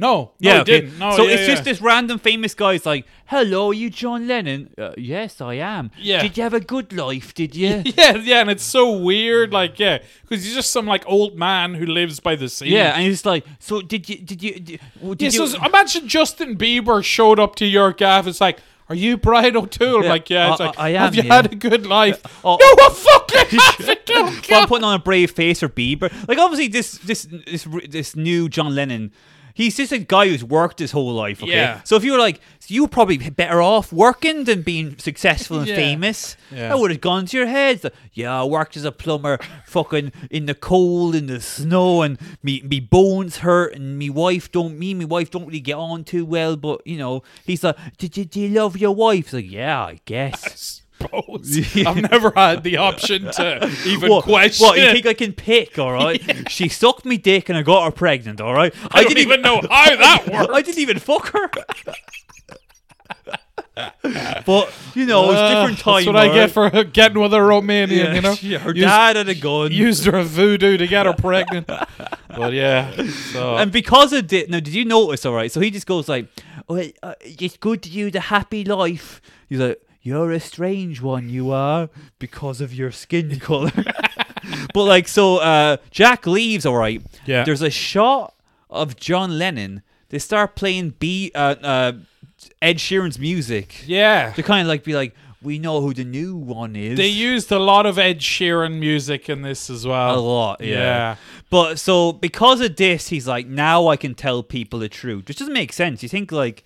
No.
Yeah,
Yeah. No, he
okay.
didn't. No.
so
yeah,
it's
yeah.
just this random famous guy's like, "Hello, are you John Lennon? Uh, yes, I am.
Yeah.
Did you have a good life? Did you?
Yeah, yeah, and it's so weird, like, yeah, because he's just some like old man who lives by the sea.
yeah." And he's like, "So did you? Did you? Did, well,
Yeah,
did
so
you?"
s- imagine Justin Bieber showed up to your gaff. It's like, are you Brian O'Toole?
Yeah,
like, yeah. It's
I-
like,
I- I
have
am,
you
yeah.
had a good life?
oh.
no, I fucking haven't. Oh,
Well, I'm
God.
putting on a brave face for Bieber. Like obviously this this this this new John Lennon, he's just a guy who's worked his whole life. Okay,
Yeah.
so if you were like, so you were probably better off working than being successful and
Yeah.
famous.
Yeah.
That would have gone to your head. Like, yeah, I worked as a plumber, fucking in the cold, in the snow, and me me bones hurt, and me wife don't me and me wife don't really get on too well. But you know, he's like, did you do you love your wife? He's like, yeah, I guess.
Suppose. I've never had the option to even
What?
question.
What you
it.
think I can pick? All right. She sucked me dick and I got her pregnant. All right.
I, didn't even know how that worked.
I didn't even fuck her. but you know, it's different
Uh,
time.
That's what
all
I get
right?
for getting with a Romanian,
Yeah,
you know?
she- her
Used-
dad had a gun,
Used her a voodoo to get her pregnant. but yeah. So.
and because of it, now did you notice? All right, so he just goes like, "Well, uh, it's good to you the happy life." He's like, "You're a strange one, you are, because of your skin color." but like, so uh, Jack leaves. All right,
Yeah.
There's a shot of John Lennon. They start playing B uh, uh, Ed Sheeran's music.
yeah.
To kind of like be like, we know who the new one is.
They used a lot of Ed Sheeran music in this as well.
a lot, Oh, yeah.
Yeah.
But so because of this, he's like, now I can tell people the truth, which doesn't make sense. You think like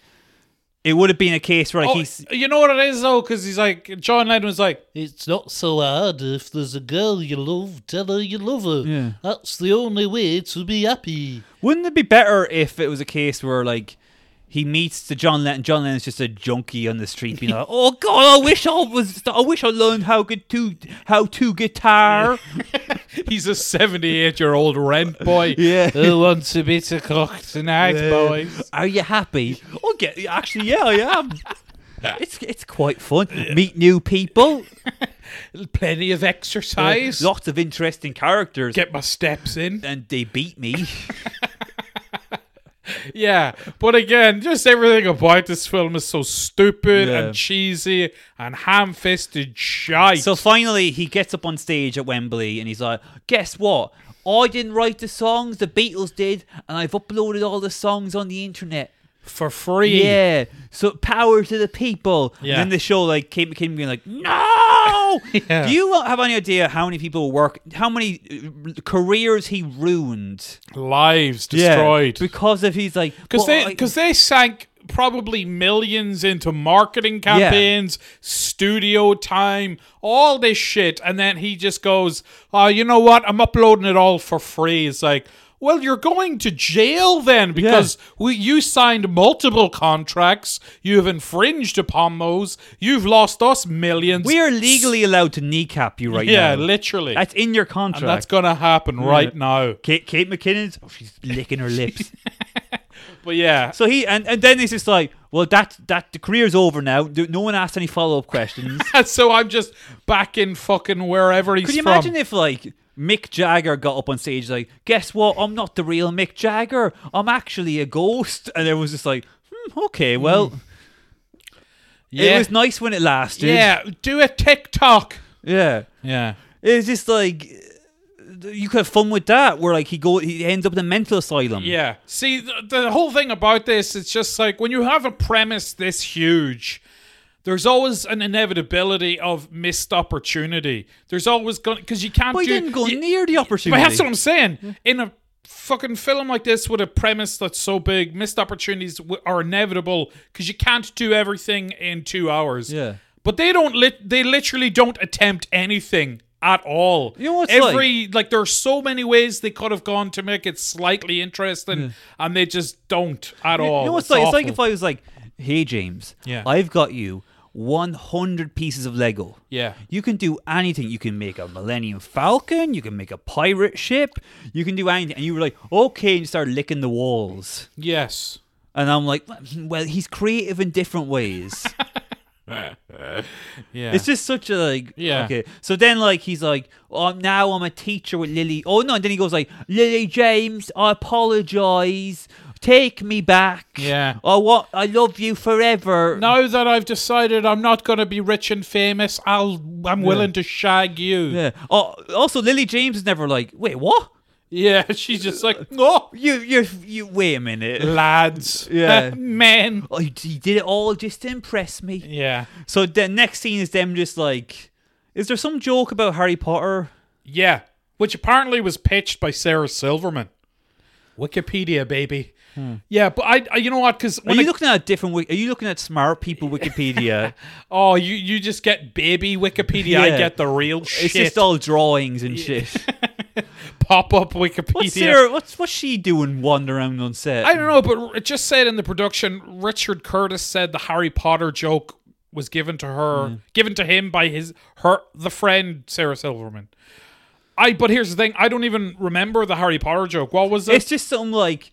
it would have been a case where like
Oh,
he's
you know what it is though, because he's like John Lennon was like,
It's not so hard if there's a girl you love, tell her you love her.
Yeah.
That's the only way to be happy.
wouldn't it be better if it was a case where like he meets the John Lennon. John Lennon's just a junkie on the street, being like, "Oh God, I wish I was. I wish I learned how good to how to guitar."
he's a seventy-eight-year-old rent boy.
Yeah.
who wants a bit of cock tonight, boys?
Are you happy? Oh, get actually, yeah, I am. It's it's quite fun. Meet new people. Uh,
Plenty of exercise.
Lots of interesting characters.
Get my steps in.
and they beat me.
Yeah, but again, just everything about this film is so stupid
Yeah.
and cheesy and ham-fisted shite.
So finally, he gets up on stage at Wembley and he's like, "Guess what? I didn't write the songs; the Beatles did, and I've uploaded all the songs on the internet."
for free.
Yeah. So power to the people.
Yeah.
And then the show like Kate McKinnon being like, no.
Yeah.
Do you have any idea how many people work? How many uh, careers he ruined?
Lives
Yeah.
destroyed.
because of he's like well,
Because they
I-
because they sank probably millions into marketing campaigns, studio time, all this shit, and then he just goes, "Oh, you know what? I'm uploading it all for free." It's like. Well, you're going to jail then because we, you signed multiple contracts. You've infringed upon those. You've lost us millions.
we are legally allowed to kneecap you right
yeah,
now.
literally.
That's in your contract.
and that's going to happen right now.
Kate, Kate McKinnon's oh, she's licking her lips.
But yeah,
So he and, and then he's just like, well, that that the career's over now. Do- No one asked any follow up questions.
so I'm just back in fucking wherever he's
Could you
from.
imagine if like Mick Jagger got up on stage like, guess what? I'm not the real Mick Jagger. I'm actually a ghost. And everyone's just like, hmm, okay, well,
Yeah.
it was nice when it lasted.
Yeah, do a TikTok.
yeah.
Yeah.
It was just like you could have fun with that. Where like he go, he ends up in a mental asylum.
Yeah. See, the, the whole thing about this, it's just like when you have a premise this huge, there's always an inevitability of missed opportunity. There's always going because you can't
but he
do.
didn't go
you-
near the
but
opportunity.
that's what I'm saying. In a fucking film like this with a premise that's so big, missed opportunities w- are inevitable because you can't do everything in two hours.
Yeah.
But they don't. Lit- they literally don't attempt anything at all.
You know what it's
Every like, there are so many ways they could have gone to make it slightly interesting, and they just don't at all.
You know what's
Oh,
like?
It's
It's like
awful.
if I was like, "Hey James,
Yeah.
I've got you 100 pieces of Lego.
Yeah.
you can do anything. You can make a Millennium Falcon. You can make a pirate ship. You can do anything." And you were like, "Okay," and you started licking the walls.
yes.
And I'm like, "Mm, "Well, he's creative in different ways."
Yeah.
It's just such a like.
Yeah.
Okay. So then, like, he's like, oh, now I'm a teacher with Lily. Oh no! And then he goes like, Lily James, I apologize. Take me back.
Yeah.
I want. I love you forever.
now that I've decided I'm not going to be rich and famous, I'll I'm willing to shag you.
Yeah. Oh, also, Lily James is never like, wait, what?
Yeah, she's just like, oh,
You, you, you. Wait a minute.
lads,
Yeah.
men.
Oh, you- you did it all just to impress me.
Yeah,
So the next scene is them just like, is there some joke about Harry Potter?
yeah. Which apparently was pitched by Sarah Silverman. Wikipedia, baby. Yeah, but I, I, you know what? Because
Hmm. Are you looking at a different? Wik- Are you looking at smart people Wikipedia?
oh, you, you just get baby Wikipedia. I
Yeah.
get the real shit.
it's just all drawings and shit.
pop up Wikipedia.
What's Sarah? What's what's she doing wandering around on set?
I don't know, but it just said in the production, Richard Curtis said the Harry Potter joke was given to her,
Hmm.
given to him by his her the friend Sarah Silverman. I but here's the thing, I don't even remember the Harry Potter joke. What was it?
it's just something like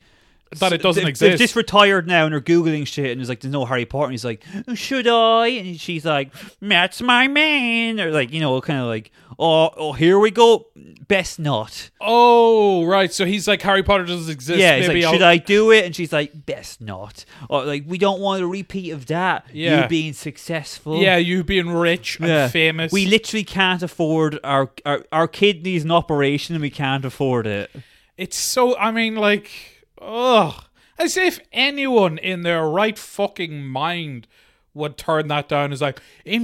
that it doesn't
they-
exist.
They've just retired now and are googling shit, and it's like there's no Harry Potter. And he's like, "Oh, should I? And she's like, that's my man, or like you know, kind of like, oh, oh, here we go, best not.
oh, right. So he's like Harry Potter doesn't exist.
yeah, it's like,
Maybe
should
I'll,
I do it? And she's like, best not. Or like, we don't want a repeat of that.
Yeah.
you being successful.
Yeah, you being rich and
Yeah.
famous.
We literally can't afford our, our our kid needs an operation and we can't afford it.
It's so. I mean, like, ugh. As if anyone in their right fucking mind would turn that down. Is like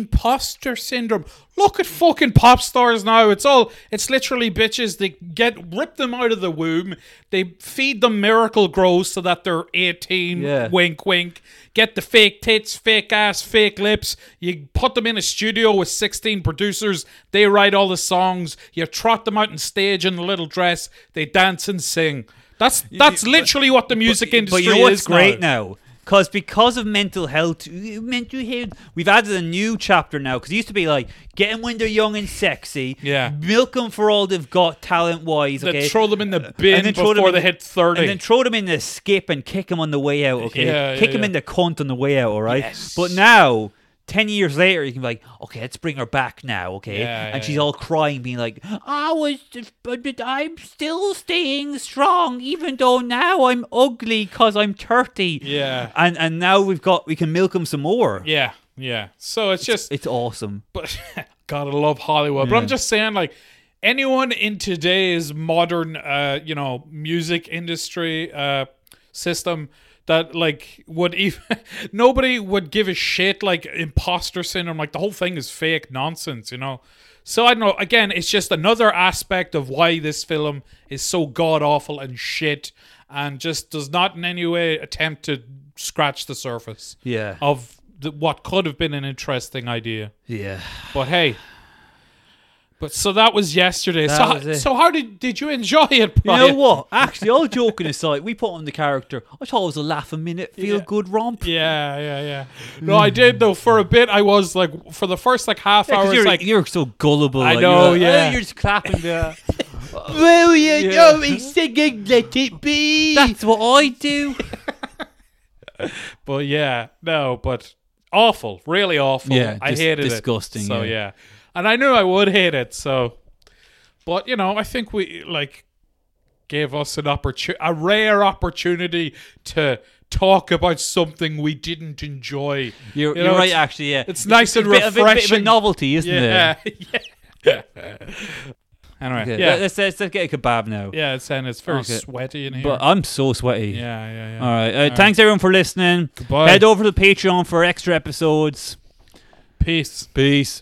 imposter syndrome. Look at fucking pop stars now. It's all. It's literally bitches. They get rip them out of the womb. They feed them miracle grows so that they're eighteen.
Yeah.
Wink, wink. Get the fake tits, fake ass, fake lips. You put them in a studio with 16 producers. They write all the songs. You trot them out on stage in a little dress. They dance and sing. That's that's literally what the music industry
But you know what's
is
great now? Because because of mental health, mental health, we've added a new chapter now. Because it used to be like get 'em when they're young and sexy,
Yeah.
milk them for all they've got talent wise,
They
okay,
throw them in the bin
then throw
before
them in
they
the-
hit 30.
and then throw them in the skip and kick them on the way out, okay,
Yeah, yeah,
kick them
yeah.
in the cunt on the way out, all right. But now Ten years later, you can be like, okay, let's bring her back now, okay?
Yeah,
and
yeah,
she's
yeah.
all crying, being like, I was, but, but I'm still staying strong, even though now I'm ugly because I'm 30.
Yeah.
And and now we've got, we can milk him some more.
Yeah, yeah. So it's just
It's awesome.
but gotta love Hollywood. But I'm just saying, like anyone in today's modern, uh, you know, music industry uh, system that like would even nobody would give a shit like imposter syndrome. Like the whole thing is fake nonsense, you know. So I don't know. Again, it's just another aspect of why this film is so god awful and shit, and just does not in any way attempt to scratch the surface
Yeah.
of the, what could have been an interesting idea.
Yeah.
But hey. But so that was yesterday.
That
so
was it.
so how did did you enjoy it,
You
Brian?
know what? Actually, all joking aside, we put on the character. I thought it was a laugh a minute, feel good romp.
Yeah, yeah, yeah. No, I did though. For a bit, I was like, for the first like half hour, I
'cause
was
you're,
like,
you're so gullible.
I
like,
know,
you're like,
yeah.
"Oh, you're just clapping there.
Well, you
Yeah.
know, he's singing Let It Be.
That's what I do.
but yeah, no, but awful, really awful.
Yeah,
I
dis-
hated
disgusting,
it. So
yeah.
yeah, and I knew I would hate it. So, but you know, I think we like gave us an opportunity, a rare opportunity to talk about something we didn't enjoy.
You're,
You
you're
know,
right,
it's-
actually. Yeah,
It's nice and
a bit, of a- bit of
refreshing.
a novelty, isn't
yeah,
it?
yeah. anyway,
Okay,
yeah,
let- Let's, let's, let's get a kebab now.
yeah. It's and it's very
Okay.
sweaty in here.
But I'm so sweaty.
yeah, yeah, yeah.
All right. Uh, thanks everyone for listening.
Goodbye.
Head over to Patreon for extra episodes.
Peace.
Peace.